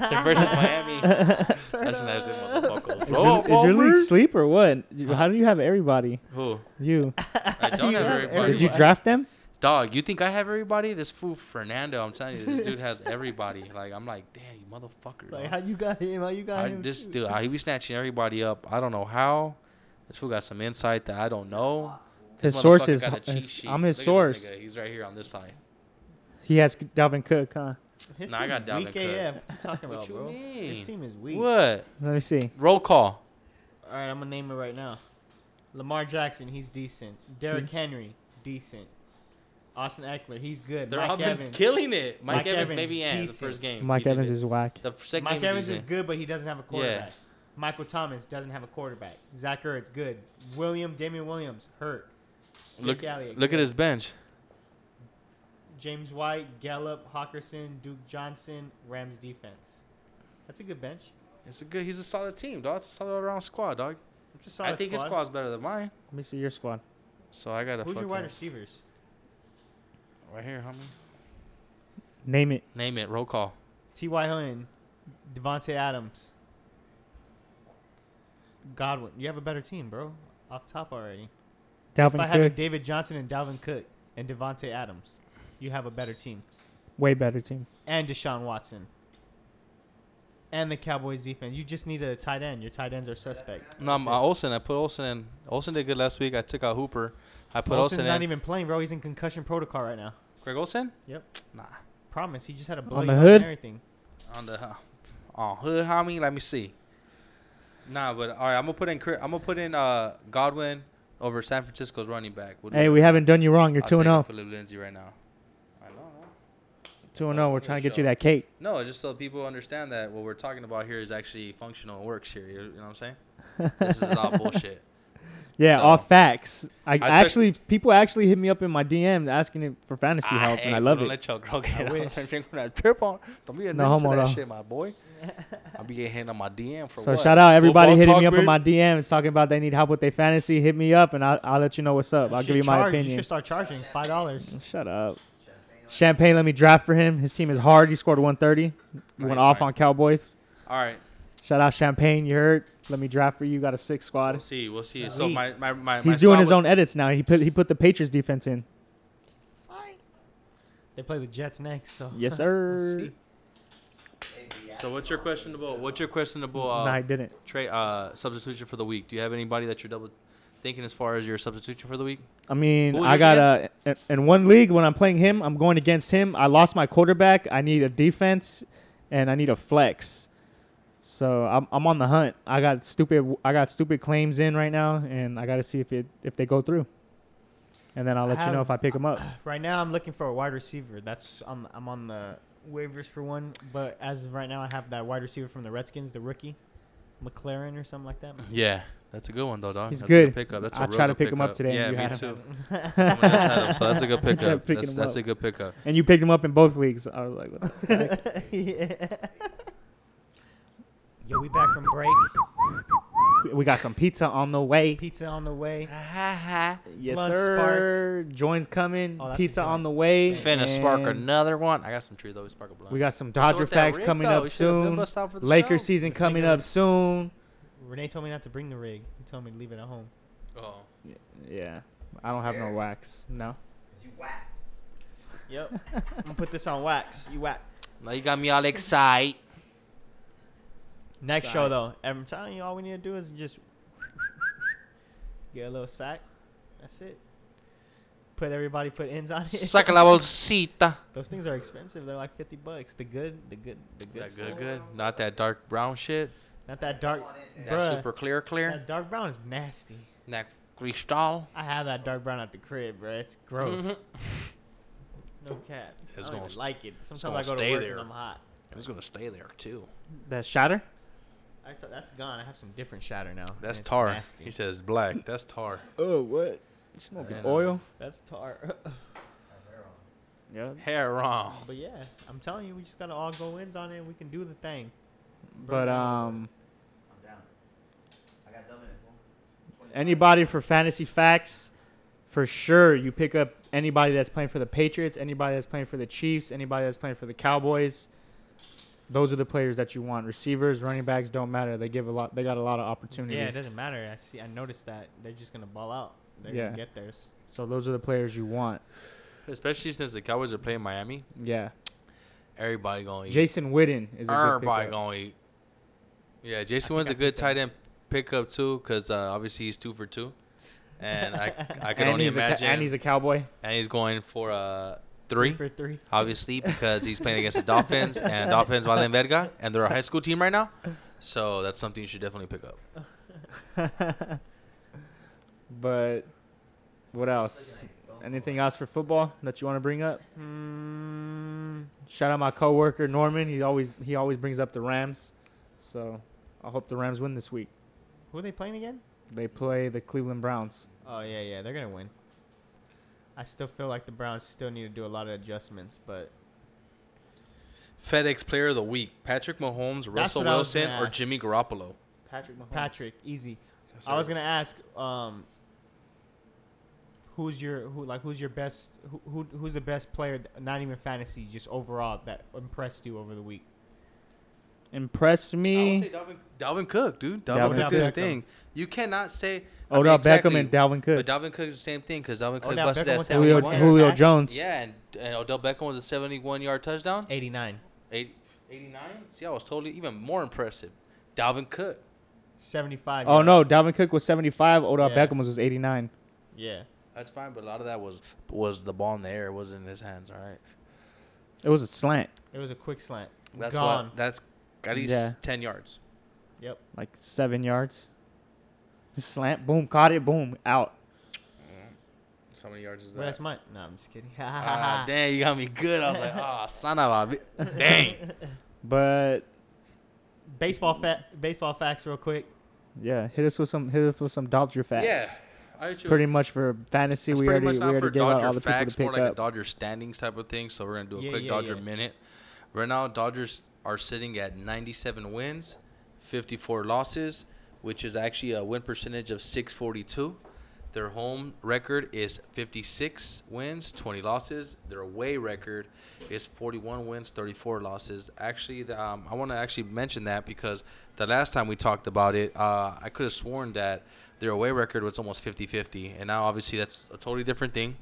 C: They're versus Miami. That's an absolute motherfucker.
F: Is, your, is your league sleep or what? You- How do you have everybody?
C: Who?
F: You
C: I don't
A: have
C: have everybody.
F: did you draft them?
C: Dog, you think I have everybody? This fool Fernando, I'm telling you, this dude has everybody. Like I'm like, damn, you motherfucker.
A: Like
C: dog."
A: how you got him? How you got
C: I
A: him?
C: just
A: too?
C: dude, I- he be snatching everybody up. I don't know how. This fool got some insight that I don't know. This
F: His source
C: motherfucker
F: is-
C: got a cheat
F: his-
C: sheet.
F: I'm his
C: Look at this
F: source.
C: nigga, He's right here on this side.
F: He has Dalvin Cook, huh?
A: His
C: Nah, I
A: team
C: got Dalvin
A: weak
C: Cook.
A: AF. What you talking about,
C: What you
A: bro?
C: mean?
A: His team is weak.
C: What?
F: Let me see.
C: Roll call.
A: All right, I'm gonna name it right now. Lamar Jackson, he's decent. Derrick Henry, decent. Austin Eckler, he's good.
C: They're all
A: Mike
C: been
A: Evans.
C: killing it. Mike,
A: Mike
C: Evans,
A: Evans
C: maybe yeah, the
A: decent.
C: first game.
F: Mike
C: he did
F: Evans
C: it.
F: is whack.
C: the second
A: Mike
C: game.
A: Evans
C: he's
A: is
C: in.
A: good, but he doesn't have a quarterback. Michael Thomas doesn't have a quarterback. Zach Ertz, good. William, Damian Williams, hurt.
C: Look,
A: Jake Elliott,
C: look at
A: good.
C: his bench.
A: James White, Gallup, Hawkerson, Duke Johnson, Rams defense. That's a good bench.
C: It's a good. He's a solid team, dog. It's a solid all-around squad, dog.
A: It's a solid
C: I think
A: squad.
C: his squad's better than mine.
F: Let me see your squad.
C: So I gotta
A: Who's your
C: fucking
A: wide receivers?
C: right here, homie.
F: Name it.
C: Name it. Roll call.
A: T.Y. Hilton, Devontae Adams, Godwin. You have a better team, bro. Off top already. By
F: Dalvin
A: having
F: Cook,
A: David Johnson and Dalvin Cook and Devontae Adams, you have a better team.
F: way better team.
A: And Deshaun Watson. And the Cowboys defense. You just need a tight end. Your tight ends are suspect.
C: No, I'm, uh, Olsen. I put Olsen in. Olsen did good last week. I took out Hooper. I put
A: Wilson's
C: Olsen in.
A: not even playing, bro. He's in concussion protocol right now.
C: Greg Olsen?
A: Yep.
C: Nah.
A: Promise. He just had a blow
F: On the
A: you up and
F: hood?
A: everything.
C: On the oh hood homie. Let me see. Nah, but all right. I'm gonna put in. Cri- I'm gonna put in uh, Godwin over San Francisco's running back. We'll do
F: Hey,
C: that.
F: we haven't done you wrong. You're
C: I'll
F: two and oh.
C: take out
F: zero.
C: Philip Lindsay right now. I know. huh?
F: Two and
C: I'll
F: zero. We're
C: take
F: trying
C: a
F: to get you
C: shot.
F: that cake.
C: No, it's just so people understand that what we're talking about here is actually functional and works here. You know what I'm saying? this is all bullshit.
F: Yeah,
C: So-
F: all facts. I,
C: took-
F: actually, people actually hit me up in my DMs asking it for fantasy help,
C: hey,
F: and I
C: if
F: love
C: you don't
F: it.
C: Let your girl get
A: I
C: on
A: wish.
C: that drink on that trip on. Don't be a
F: No
C: no to
F: homo,
C: that
F: though.
C: shit, my boy. I'll be getting hit on my DM for
F: So
C: what?
F: shout out everybody
C: Football
F: hitting
C: talk,
F: me up in
C: baby?
F: my DMs talking about they need help with their fantasy. Hit me up, and I'll, I'll let you know what's up. I'll
A: should
F: give you my
A: charge- You
F: opinion.
A: should start charging five dollars.
F: Shut up. Champagne let me draft for him. His team is hard. He scored 130.
C: he's
F: Went off
C: fine.
F: on Cowboys.
C: All right,
F: Shout out Champagne. You heard. Let me draft for you. Got a six
C: we'll
F: squad.
C: see, we'll see. So my my my my
F: He's doing
C: squad
F: his
C: was-
F: own edits now. He put he put the Patriots defense in.
A: They play the Jets next, so
F: Yes,
A: we'll
F: sir.
A: see.
C: So what's your questionable? What's your questionable
F: No,
C: uh,
F: he didn't.
C: trade uh, substitution for the week? Do you have anybody that you're double thinking as far as your substitution for the week?
F: I
C: Who
F: mean,
C: was
F: I
C: yours
F: got a in- in one league when I'm playing him, I'm going against him. I lost my quarterback. I need a defense, and I need a flex. So I'm I'm on the hunt. I got stupid I got stupid claims in right now, and I got to see if it if they go through. And then I'll
A: I
F: let you know
A: have-
F: if I pick them up.
A: Right now, I'm looking for a wide receiver. That's I'm I'm on the waivers for one, but as of right now, I have that wide receiver from the Redskins, the rookie, McLaren or something like that.
C: Yeah, that's a good one though, dog.
F: He's
C: that's A
F: good.
C: good pickup. That's a
F: I
C: real
F: tried to
C: good
F: pick him up today and
C: Yeah,
F: you
C: me
F: had him.
C: too. Someone else had him, so that's a good
F: tried
C: pickup.
F: picking
C: That's,
F: him
C: that's
F: up.
C: a good pickup.
F: And you picked them up in both leagues. I was like, what the heck?
A: yeah. Yo, we back from break.
F: we got some pizza on the way.
A: Pizza on the way.
F: Yes,
A: Blood
F: sir. Join's coming.
A: Oh, that's a
F: pizza
A: joint.
F: on the way.
C: Finna spark
F: and
C: another one. I got some tree though. We spark a blunt.
F: We got some Dodger facts coming up soon. Lakers season
A: Let's make
F: coming
A: it
F: up season.
A: Renee told me not to bring the rig. He told me to leave it at home.
C: Oh.
F: soon. Yeah. I don't have no wax. No.
A: Yep. I'm gonna put this on wax. You whack.
C: Now you got me all excited.
A: Next
F: Sack.
A: show though, I'm telling you, all we need to do is just get a little sack. That's it. Put everybody put ends on it.
C: Saca la bolsita.
A: Those things are expensive. They're like fifty bucks. The good, the good, the
C: Is
A: good.
C: that
A: stuff.
C: good? Good. Not that dark brown shit.
A: Not that dark.
C: That
A: Bruh,
C: super clear, clear.
A: that dark brown is nasty.
C: That cristal.
A: I have that dark brown at the crib, bro. It's gross. no cat.
C: It's
A: I
C: gonna
A: don't
C: s-
A: even like it.
C: gonna
A: Sometimes I go
C: stay
A: to work
C: there.
A: and I'm hot.
C: It's gonna stay there too.
F: The shatter?
A: I thought that's gone. I have some different shatter now. and
C: That's
A: it's
C: tar.
A: nasty.
C: He says black. That's tar.
F: Oh, what?
C: Smoking
F: Oil?
A: That's tar.
F: Yeah.
C: Hair wrong.
A: But yeah, I'm telling you, we just gotta all go ins on it. We can do the thing.
F: But um
G: I'm down. I got dumb in it, fool.
F: anybody for fantasy facts, for sure you pick up anybody that's playing for the Patriots, anybody that's playing for the Chiefs, anybody that's playing for the Cowboys. Those are the players that you want. Receivers, running backs don't matter. They give a lot they got a lot of opportunity.
A: Yeah, it doesn't matter. I see. I noticed that they're just gonna ball out. They're
F: Yeah.
A: gonna get theirs.
F: So those are the players you want.
C: especially since the Cowboys are playing Miami.
F: Yeah.
C: Everybody gonna eat.
F: Jason Witten is a good
C: Everybody
F: pickup.
C: gonna eat. Yeah, Jason Wynn's a good tight end pickup too, because uh, obviously he's two for two, and I I can
F: and
C: only
F: he's a
C: imagine.
F: ca- and he's a cowboy.
C: going for uh three,
A: for three.
C: obviously, because he's playing against the Dolphins and Dolphins Valen Verga, and they're a high school team right now, so that's something you should definitely pick up.
F: But what else? Anything else for football that you want to bring up?
A: Mm,
F: Shout out my coworker Norman. He always he always brings up the Rams. So I hope the Rams win this week.
A: who are they playing again?
F: They play the Cleveland Browns.
A: Oh yeah, yeah, they're gonna win. I still feel like the Browns still need to do a lot of adjustments, but
C: FedEx Player of the Week: Patrick Mahomes, Russell
A: what I was
C: Wilson,
A: gonna
C: or
A: ask.
C: Jimmy Garoppolo.
F: Patrick Mahomes.
A: Patrick, easy. I was gonna ask, um, who's your who like who's your best who, who who's the best player? th- Not even fantasy, just overall that impressed you over the week.
F: impressed
C: I would
F: me.
C: say Dalvin, Dalvin Cook, dude.
F: Dalvin
C: Dalvin, Cook
A: Cook.
C: Cook's thing. You cannot say. I mean,
F: Odell Beckham
C: exactly,
F: and Dalvin
C: But
F: Cook.
C: Dalvin Cook is the same thing because Dalvin Cook
A: Odell
C: busted
A: Beckham
C: that
A: was
C: seven.
A: Dalvin
F: Julio,
A: Cook.
F: Julio
A: Back.
F: Jones.
C: Yeah, and, and Odell Beckham with a 71 yard touchdown.
A: Eighty nine.
C: Eight, 89? See, I was totally even more impressive. Dalvin Cook.
A: 75.
F: Oh
A: yeah.
F: no, Dalvin Cook was 75. Odell
A: Yeah.
F: Beckham was, was 89.
A: Yeah.
C: That's fine, but a lot of that was was the ball in the air. It wasn't in his hands, all right?
F: It was a slant,
A: It was a quick slant.
C: That's
A: Gone.
C: what. That's at least
F: Yeah.
C: 10 yards.
F: like seven yards. Slant, boom, caught it, boom, out.
C: So how many yards is
A: Well, that's
C: that?
A: mine. No, I'm just kidding.
C: Ah, dang, you got me good. I was like, ah, son of a. bi- Dang.
F: But
A: baseball fa- baseball facts real quick.
F: yeah, hit us with some hit us with some Dodger facts.
C: Yeah. I
F: It's
C: hit you-
F: pretty much for fantasy.
C: That's
F: we
C: pretty
F: already
C: much
F: we
C: not
F: already
C: for
F: gave out all
C: Dodger
F: the people to
C: facts, more
F: pick
C: like a
F: up.
C: Dodger standings type of thing. So we're gonna do a
A: Yeah,
C: quick
A: yeah,
C: Dodger
A: yeah.
C: minute. Right now, Dodgers are sitting at 97 wins, 54 losses, which is actually a win percentage of 642. Their home record is 56 wins, 20 losses. Their away record is 41 wins, 34 losses. Actually, the, um, I want to actually mention that because the last time we talked about it, uh, I could have sworn that their away record was almost 50 50. And now, obviously, that's a totally different thing.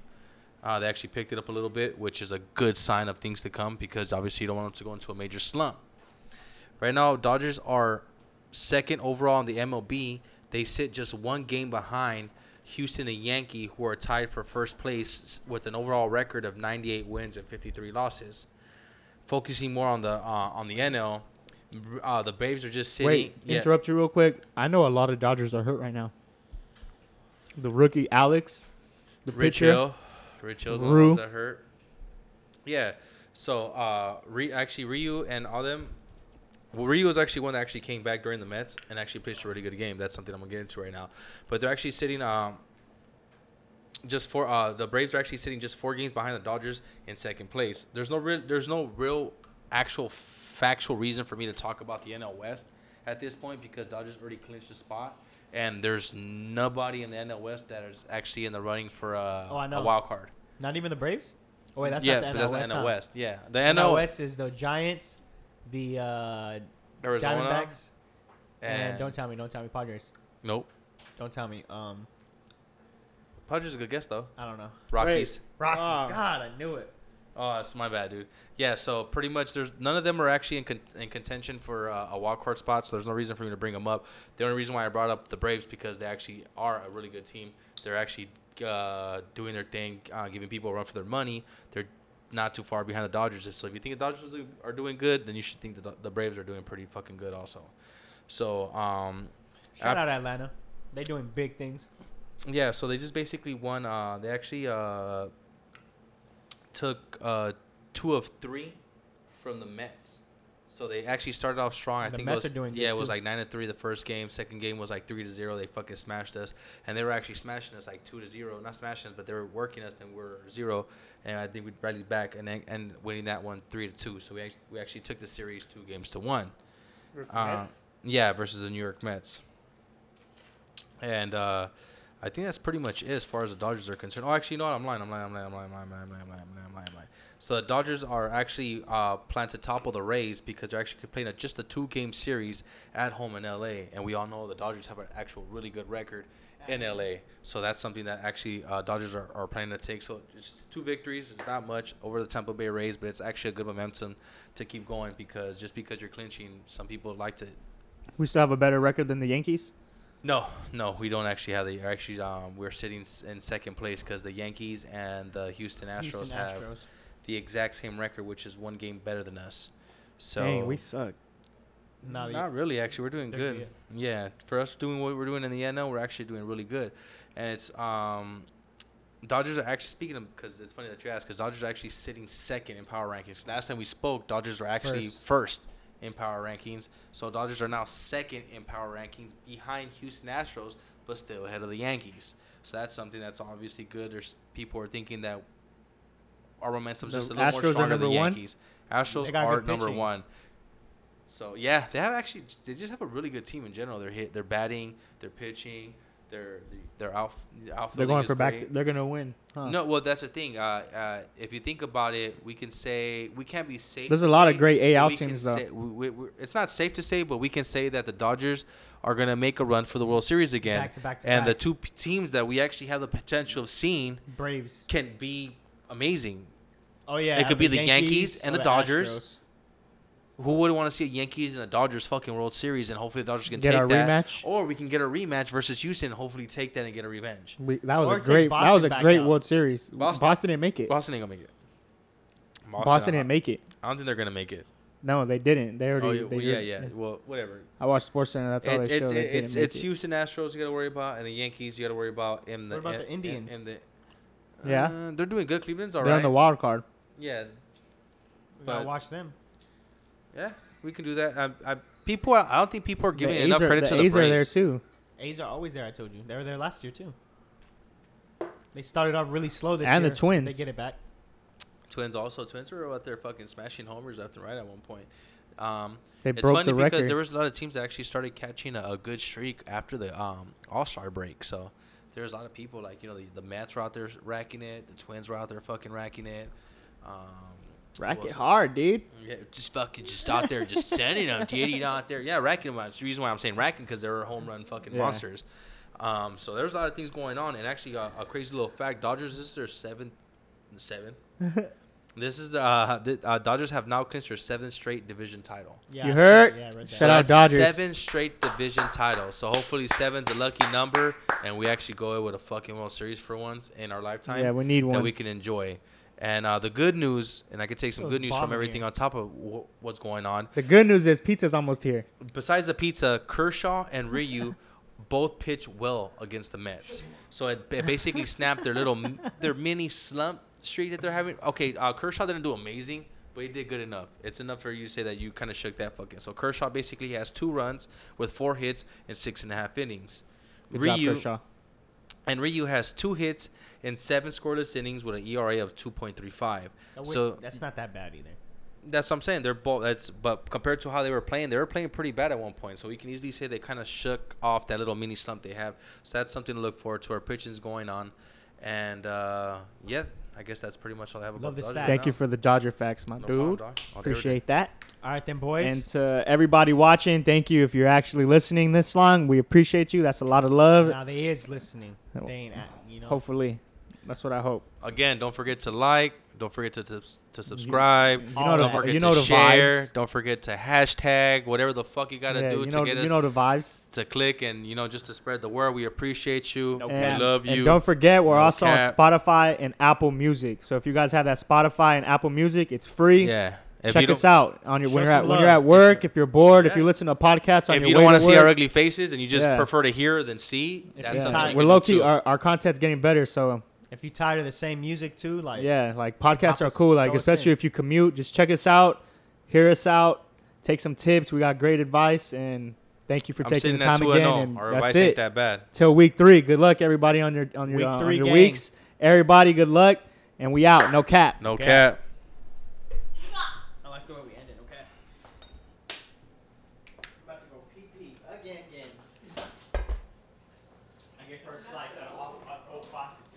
C: Uh, they actually picked it up a little bit, which is a good sign of things to come because obviously you don't want them to go into a major slump. Right now, Dodgers are second overall in the MLB. They sit just one game behind Houston and Yankee, who are tied for first place with an overall record of 98 wins and 53 losses. Focusing more on the uh, on the NL, uh, the Braves are just sitting.
F: Wait,
C: Yeah.
F: interrupt you real quick. I know a lot of Dodgers are hurt right now. The rookie Alex, the
C: Rich
F: pitcher.
C: Hill. Rich Hill's one of the
F: Rue.
C: ones that hurt. Yeah. So uh, Re- actually Ryu and all them. Well, Ryu was actually one that actually came back during the Mets and actually pitched a really good game. That's something I'm gonna get into right now. But they're actually sitting um, just four. Uh, the Braves are actually sitting just four games behind the Dodgers in second place. There's no real. There's no real actual factual reason for me to talk about the NL West at this point because Dodgers already clinched the spot. And there's nobody in the NL West that is actually in the running for a,
A: Oh, I know.
C: a wild card.
A: Not even the Braves? Oh, wait, that's
C: yeah,
A: not
C: but
A: the NL
C: that's
A: West.
C: the NL
A: huh?
C: West. Yeah, the
A: NL,
C: NL, West,
A: West is the Giants, the uh,
C: Arizona,
A: Diamondbacks,
C: and,
A: and don't tell me, don't tell me, Padres.
C: nope.
A: Don't tell me. Um,
C: Padres is a good guess though.
A: I don't know.
C: Rockies.
A: Rockies.
F: Ah.
A: God, I knew it.
C: Oh, that's my bad, dude. Yeah, so pretty much there's none of them are actually in, con- in contention for uh, a wild card spot, so there's no reason for me to bring them up. The only reason why I brought up the Braves because they actually are a really good team. They're actually uh, doing their thing, uh, giving people a run for their money. They're not too far behind the Dodgers. So if you think the Dodgers do- are doing good, then you should think that the Braves are doing pretty fucking good also. So um,
A: Shout
C: I-
A: out Atlanta. They're doing big things.
C: Yeah, so they just basically won. Uh, they actually uh, took uh, two of three from the Mets. So they actually started off strong. I
A: The
C: think
A: Mets
C: it was,
A: are doing good,
C: yeah, it was
A: too.
C: like nine to three the first game. Second game was like three to zero. They fucking smashed us, and they were actually smashing us like two to zero. Not smashing us, but they were working us, and we are zero. And I think we rallied back and then- and winning that one three to two. So we actually, we actually took the series two games to one. Uh, Yeah, versus the New York Mets. And uh, I think that's pretty much it as far as the Dodgers are concerned. Oh, actually, you know what? I'm lying. I'm lying. I'm lying. I'm lying. I'm lying. I'm lying. I'm lying. I'm lying. I'm lying. I'm lying. So the Dodgers are actually uh, planned to topple the Rays because they're actually playing a, just a two-game series at home in LA, and we all know the Dodgers have an actual really good record. in LA. So that's something that actually uh, Dodgers are, are planning to take. So just two victories. It's not much over the Tampa Bay Rays, but it's actually a good momentum to keep going because just because you're clinching, some people like to.
F: We still have a better record than the Yankees.
C: No, no, we don't actually have the. Actually, um, we're sitting s- in second place because the Yankees and the Houston Astros
A: Houston
C: have
A: Astros.
C: the exact same record, which is one game better than us. So
F: Dang, we suck.
A: Now that you-
C: not really. Actually, we're doing
A: They're
C: good.
A: good.
C: Yeah, for us doing what we're doing in the NL, we're actually doing really good, and it's um, Dodgers are actually speaking of because it's funny that you asked because Dodgers are actually sitting second in power rankings. Last time we spoke, Dodgers were actually
A: First.
C: first in power rankings, so Dodgers are now second in power rankings behind Houston Astros, but still ahead of the Yankees. So that's something that's obviously good. There's people are thinking that our momentum's
F: The
C: just a little
F: Astros
C: more
F: are
C: stronger than
F: number one?
C: Yankees. Astros
A: They got
C: are
A: good
C: number
A: pitching.
C: one. So yeah, they have actually they just have a really good team in general. They're hit, they're batting, they're pitching, they're they're out.
F: They're going for back. They're gonna win. Huh.
C: No, well that's the thing. Uh, uh, if you think about it, we can say we can't be safe.
F: There's
C: to
F: a lot of
C: say-
F: great AL
C: we can
F: teams, though.
C: say- we- we- we- it's not safe to say, but we can say that the Dodgers are gonna make a run for the World Series again,
A: Back to back to
C: and
A: back.
C: the two p- teams that we actually have the potential of seeing
A: Braves.
C: can be amazing.
A: Oh yeah,
C: It could be the Yankees and
A: or
C: the Dodgers.
A: Astros.
C: Who wouldn't want to see a Yankees and a Dodgers fucking World Series, and hopefully the Dodgers can
F: Get
C: take
F: our
C: that,
F: rematch?
C: or we can get a rematch versus Houston, and hopefully take that and get a revenge.
F: We, that was
A: Or
F: a
A: take
F: great. That
A: Boston
F: was a
A: back
F: great
A: out.
F: World Series.
C: Boston-
F: Boston, didn't make it. Boston,
C: Boston ain't gonna make it.
F: didn't make it.
C: I don't think they're gonna make it.
F: No, they didn't. They already.
C: Oh yeah,
F: they
C: well, yeah,
F: did-
C: yeah. Well, whatever.
F: I watched Sports Center. That's all
C: It's
F: they showed.
C: it's
F: They didn't
C: it's,
F: make
C: it's
F: it.
C: Houston Astros you gotta worry about, and the Yankees you gotta worry about. And the
A: What about
C: and-
A: the Indians?
C: And, and the,
F: Yeah.
C: Uh, they're doing good. Cleveland's
F: They're
C: alright.
F: on the wild card.
C: yeah,
A: We gotta
C: But-
A: watch them.
C: yeah. We can do that. I, I, people, are, I don't think people are giving
F: the
C: enough
F: A's are-
C: credit
F: the
C: to the
F: A's are
C: Braves.
F: there too.
A: A's are always there. I told you they were there last year too. They started off really slow this year.
F: And the Twins.
A: They get it back.
C: Twins also. Twins were out there fucking smashing homers left and right at one point. Um,
F: They
C: it's
F: broke
C: funny
F: the
C: because
F: record.
C: there was a lot of teams that actually started catching a, a good streak after the um, All Star break. So there's a lot of people like you know the, the Mets were out there racking it, the Twins were out there fucking racking it. Um,
F: Rack
C: who
F: it
C: else?
F: hard, dude.
C: Yeah, just fucking just out there, just sending them, diddy out there. Yeah, racking them. That's the reason why I'm saying racking because they were home run fucking
F: Yeah.
C: monsters. Um, so there's a lot of things going on, and actually uh, a crazy little fact: Dodgers this is their seventh, seven. this is the uh, the uh, Dodgers have now clinched their seventh straight division title.
A: Yeah,
F: You
A: I-
F: hurt?
A: Yeah, I read that.
F: Shout out
C: that's
F: Dodgers.
C: Seven straight division titles. So hopefully seven's a lucky number, and we actually go with a fucking World Series for once in our lifetime
F: Yeah, we need
C: that
F: one.
C: we can enjoy. And uh, the good news, and I could take some
A: Those
C: good news from
A: bomb
C: everything
A: games.
C: on top of wh- what's going on.
F: the good news is pizza's almost here.
C: Besides the pizza, Kershaw and Ryu both pitch well against the Mets. So it, it basically snapped their little, their mini slump streak that they're having. Okay, uh, Kershaw didn't do amazing, but he did good enough. It's enough for you to say that you kind of shook that fucking. So Kershaw basically has two runs with four hits and six and a half innings.
F: Good job,
C: Ryu
F: Kershaw.
C: and Ryu has two hits and seven scoreless innings with an ERA of 2.35.
A: Oh, wait,
C: So
A: that's not that bad either.
C: that's what I'm saying. They're both. That's but compared to how they were playing, they were playing pretty bad at one point. So we can easily say they kind of shook off that little mini slump they have. So that's something to look forward to. Our pitching's going on, and uh, yeah, I guess that's pretty much all I have about
A: Love the
C: Dodgers
A: stats.
C: right
F: Thank you
C: now.
F: for the Dodger facts, my
C: No problem, Oh,
F: dude.
C: Doc. All day, every day.
F: Appreciate that.
A: All right then, boys.
F: And to everybody watching, thank you if you're actually listening this long. We appreciate you. That's a lot of love.
A: now they is listening. They ain't, at, you know.
F: Hopefully, that's what I hope.
C: Again, don't forget to like. Don't forget to to, to subscribe.
F: you
A: know
C: don't
A: the-
C: forget
F: you know
C: to
F: the
C: share.
F: vibes.
C: Don't forget to hashtag whatever the fuck you gotta
F: Yeah,
C: do
F: you
C: to
F: know,
C: get
F: you
C: us
F: know the vibes.
C: to click and you know just to spread the word. We appreciate you.
A: No
C: we
A: cap.
C: love
F: and
C: you.
F: don't forget, we're
C: No
F: also
C: cap.
F: on Spotify and Apple Music. So if you guys have that Spotify and Apple Music, it's free.
C: yeah. If you
F: Check
C: don't-
F: us out on your
A: Show
F: when you're
A: some
F: at when
A: love.
F: you're at work. If you're bored, if
C: Yeah.
F: you listen to podcasts on
C: if
F: your
C: you don't
F: way
C: want to
F: to
C: see our
F: work,
C: ugly faces and you just
F: Yeah.
C: prefer to hear than see, that's
F: yeah.
C: something you
A: tight.
C: can
F: we're
C: do
F: low key.
C: too.
F: Our, our content's getting better, so
A: If you tired of the same music too, like
F: yeah, like podcasts are
A: Opposite-
F: cool. Like
A: throw us
F: especially
A: in.
F: if you commute, just check us out, hear us out, take some tips. We got great advice, and thank you for
C: I'm sitting
F: taking the
C: at
F: time
C: 2 and
F: again.
C: oh.
F: And
C: Our
F: that's
C: advice
F: it.
C: ain't that bad.
F: Till week three. Good luck, everybody, on your on your,
A: Week
F: uh, on
A: three
F: your
A: gang.
F: weeks. Everybody, good luck, and we out. No cap.
C: No
A: Okay.
C: cap.
A: I like the way we ended. Okay.
G: about to go pee pee again, again.
A: I get first slice out of all five boxes.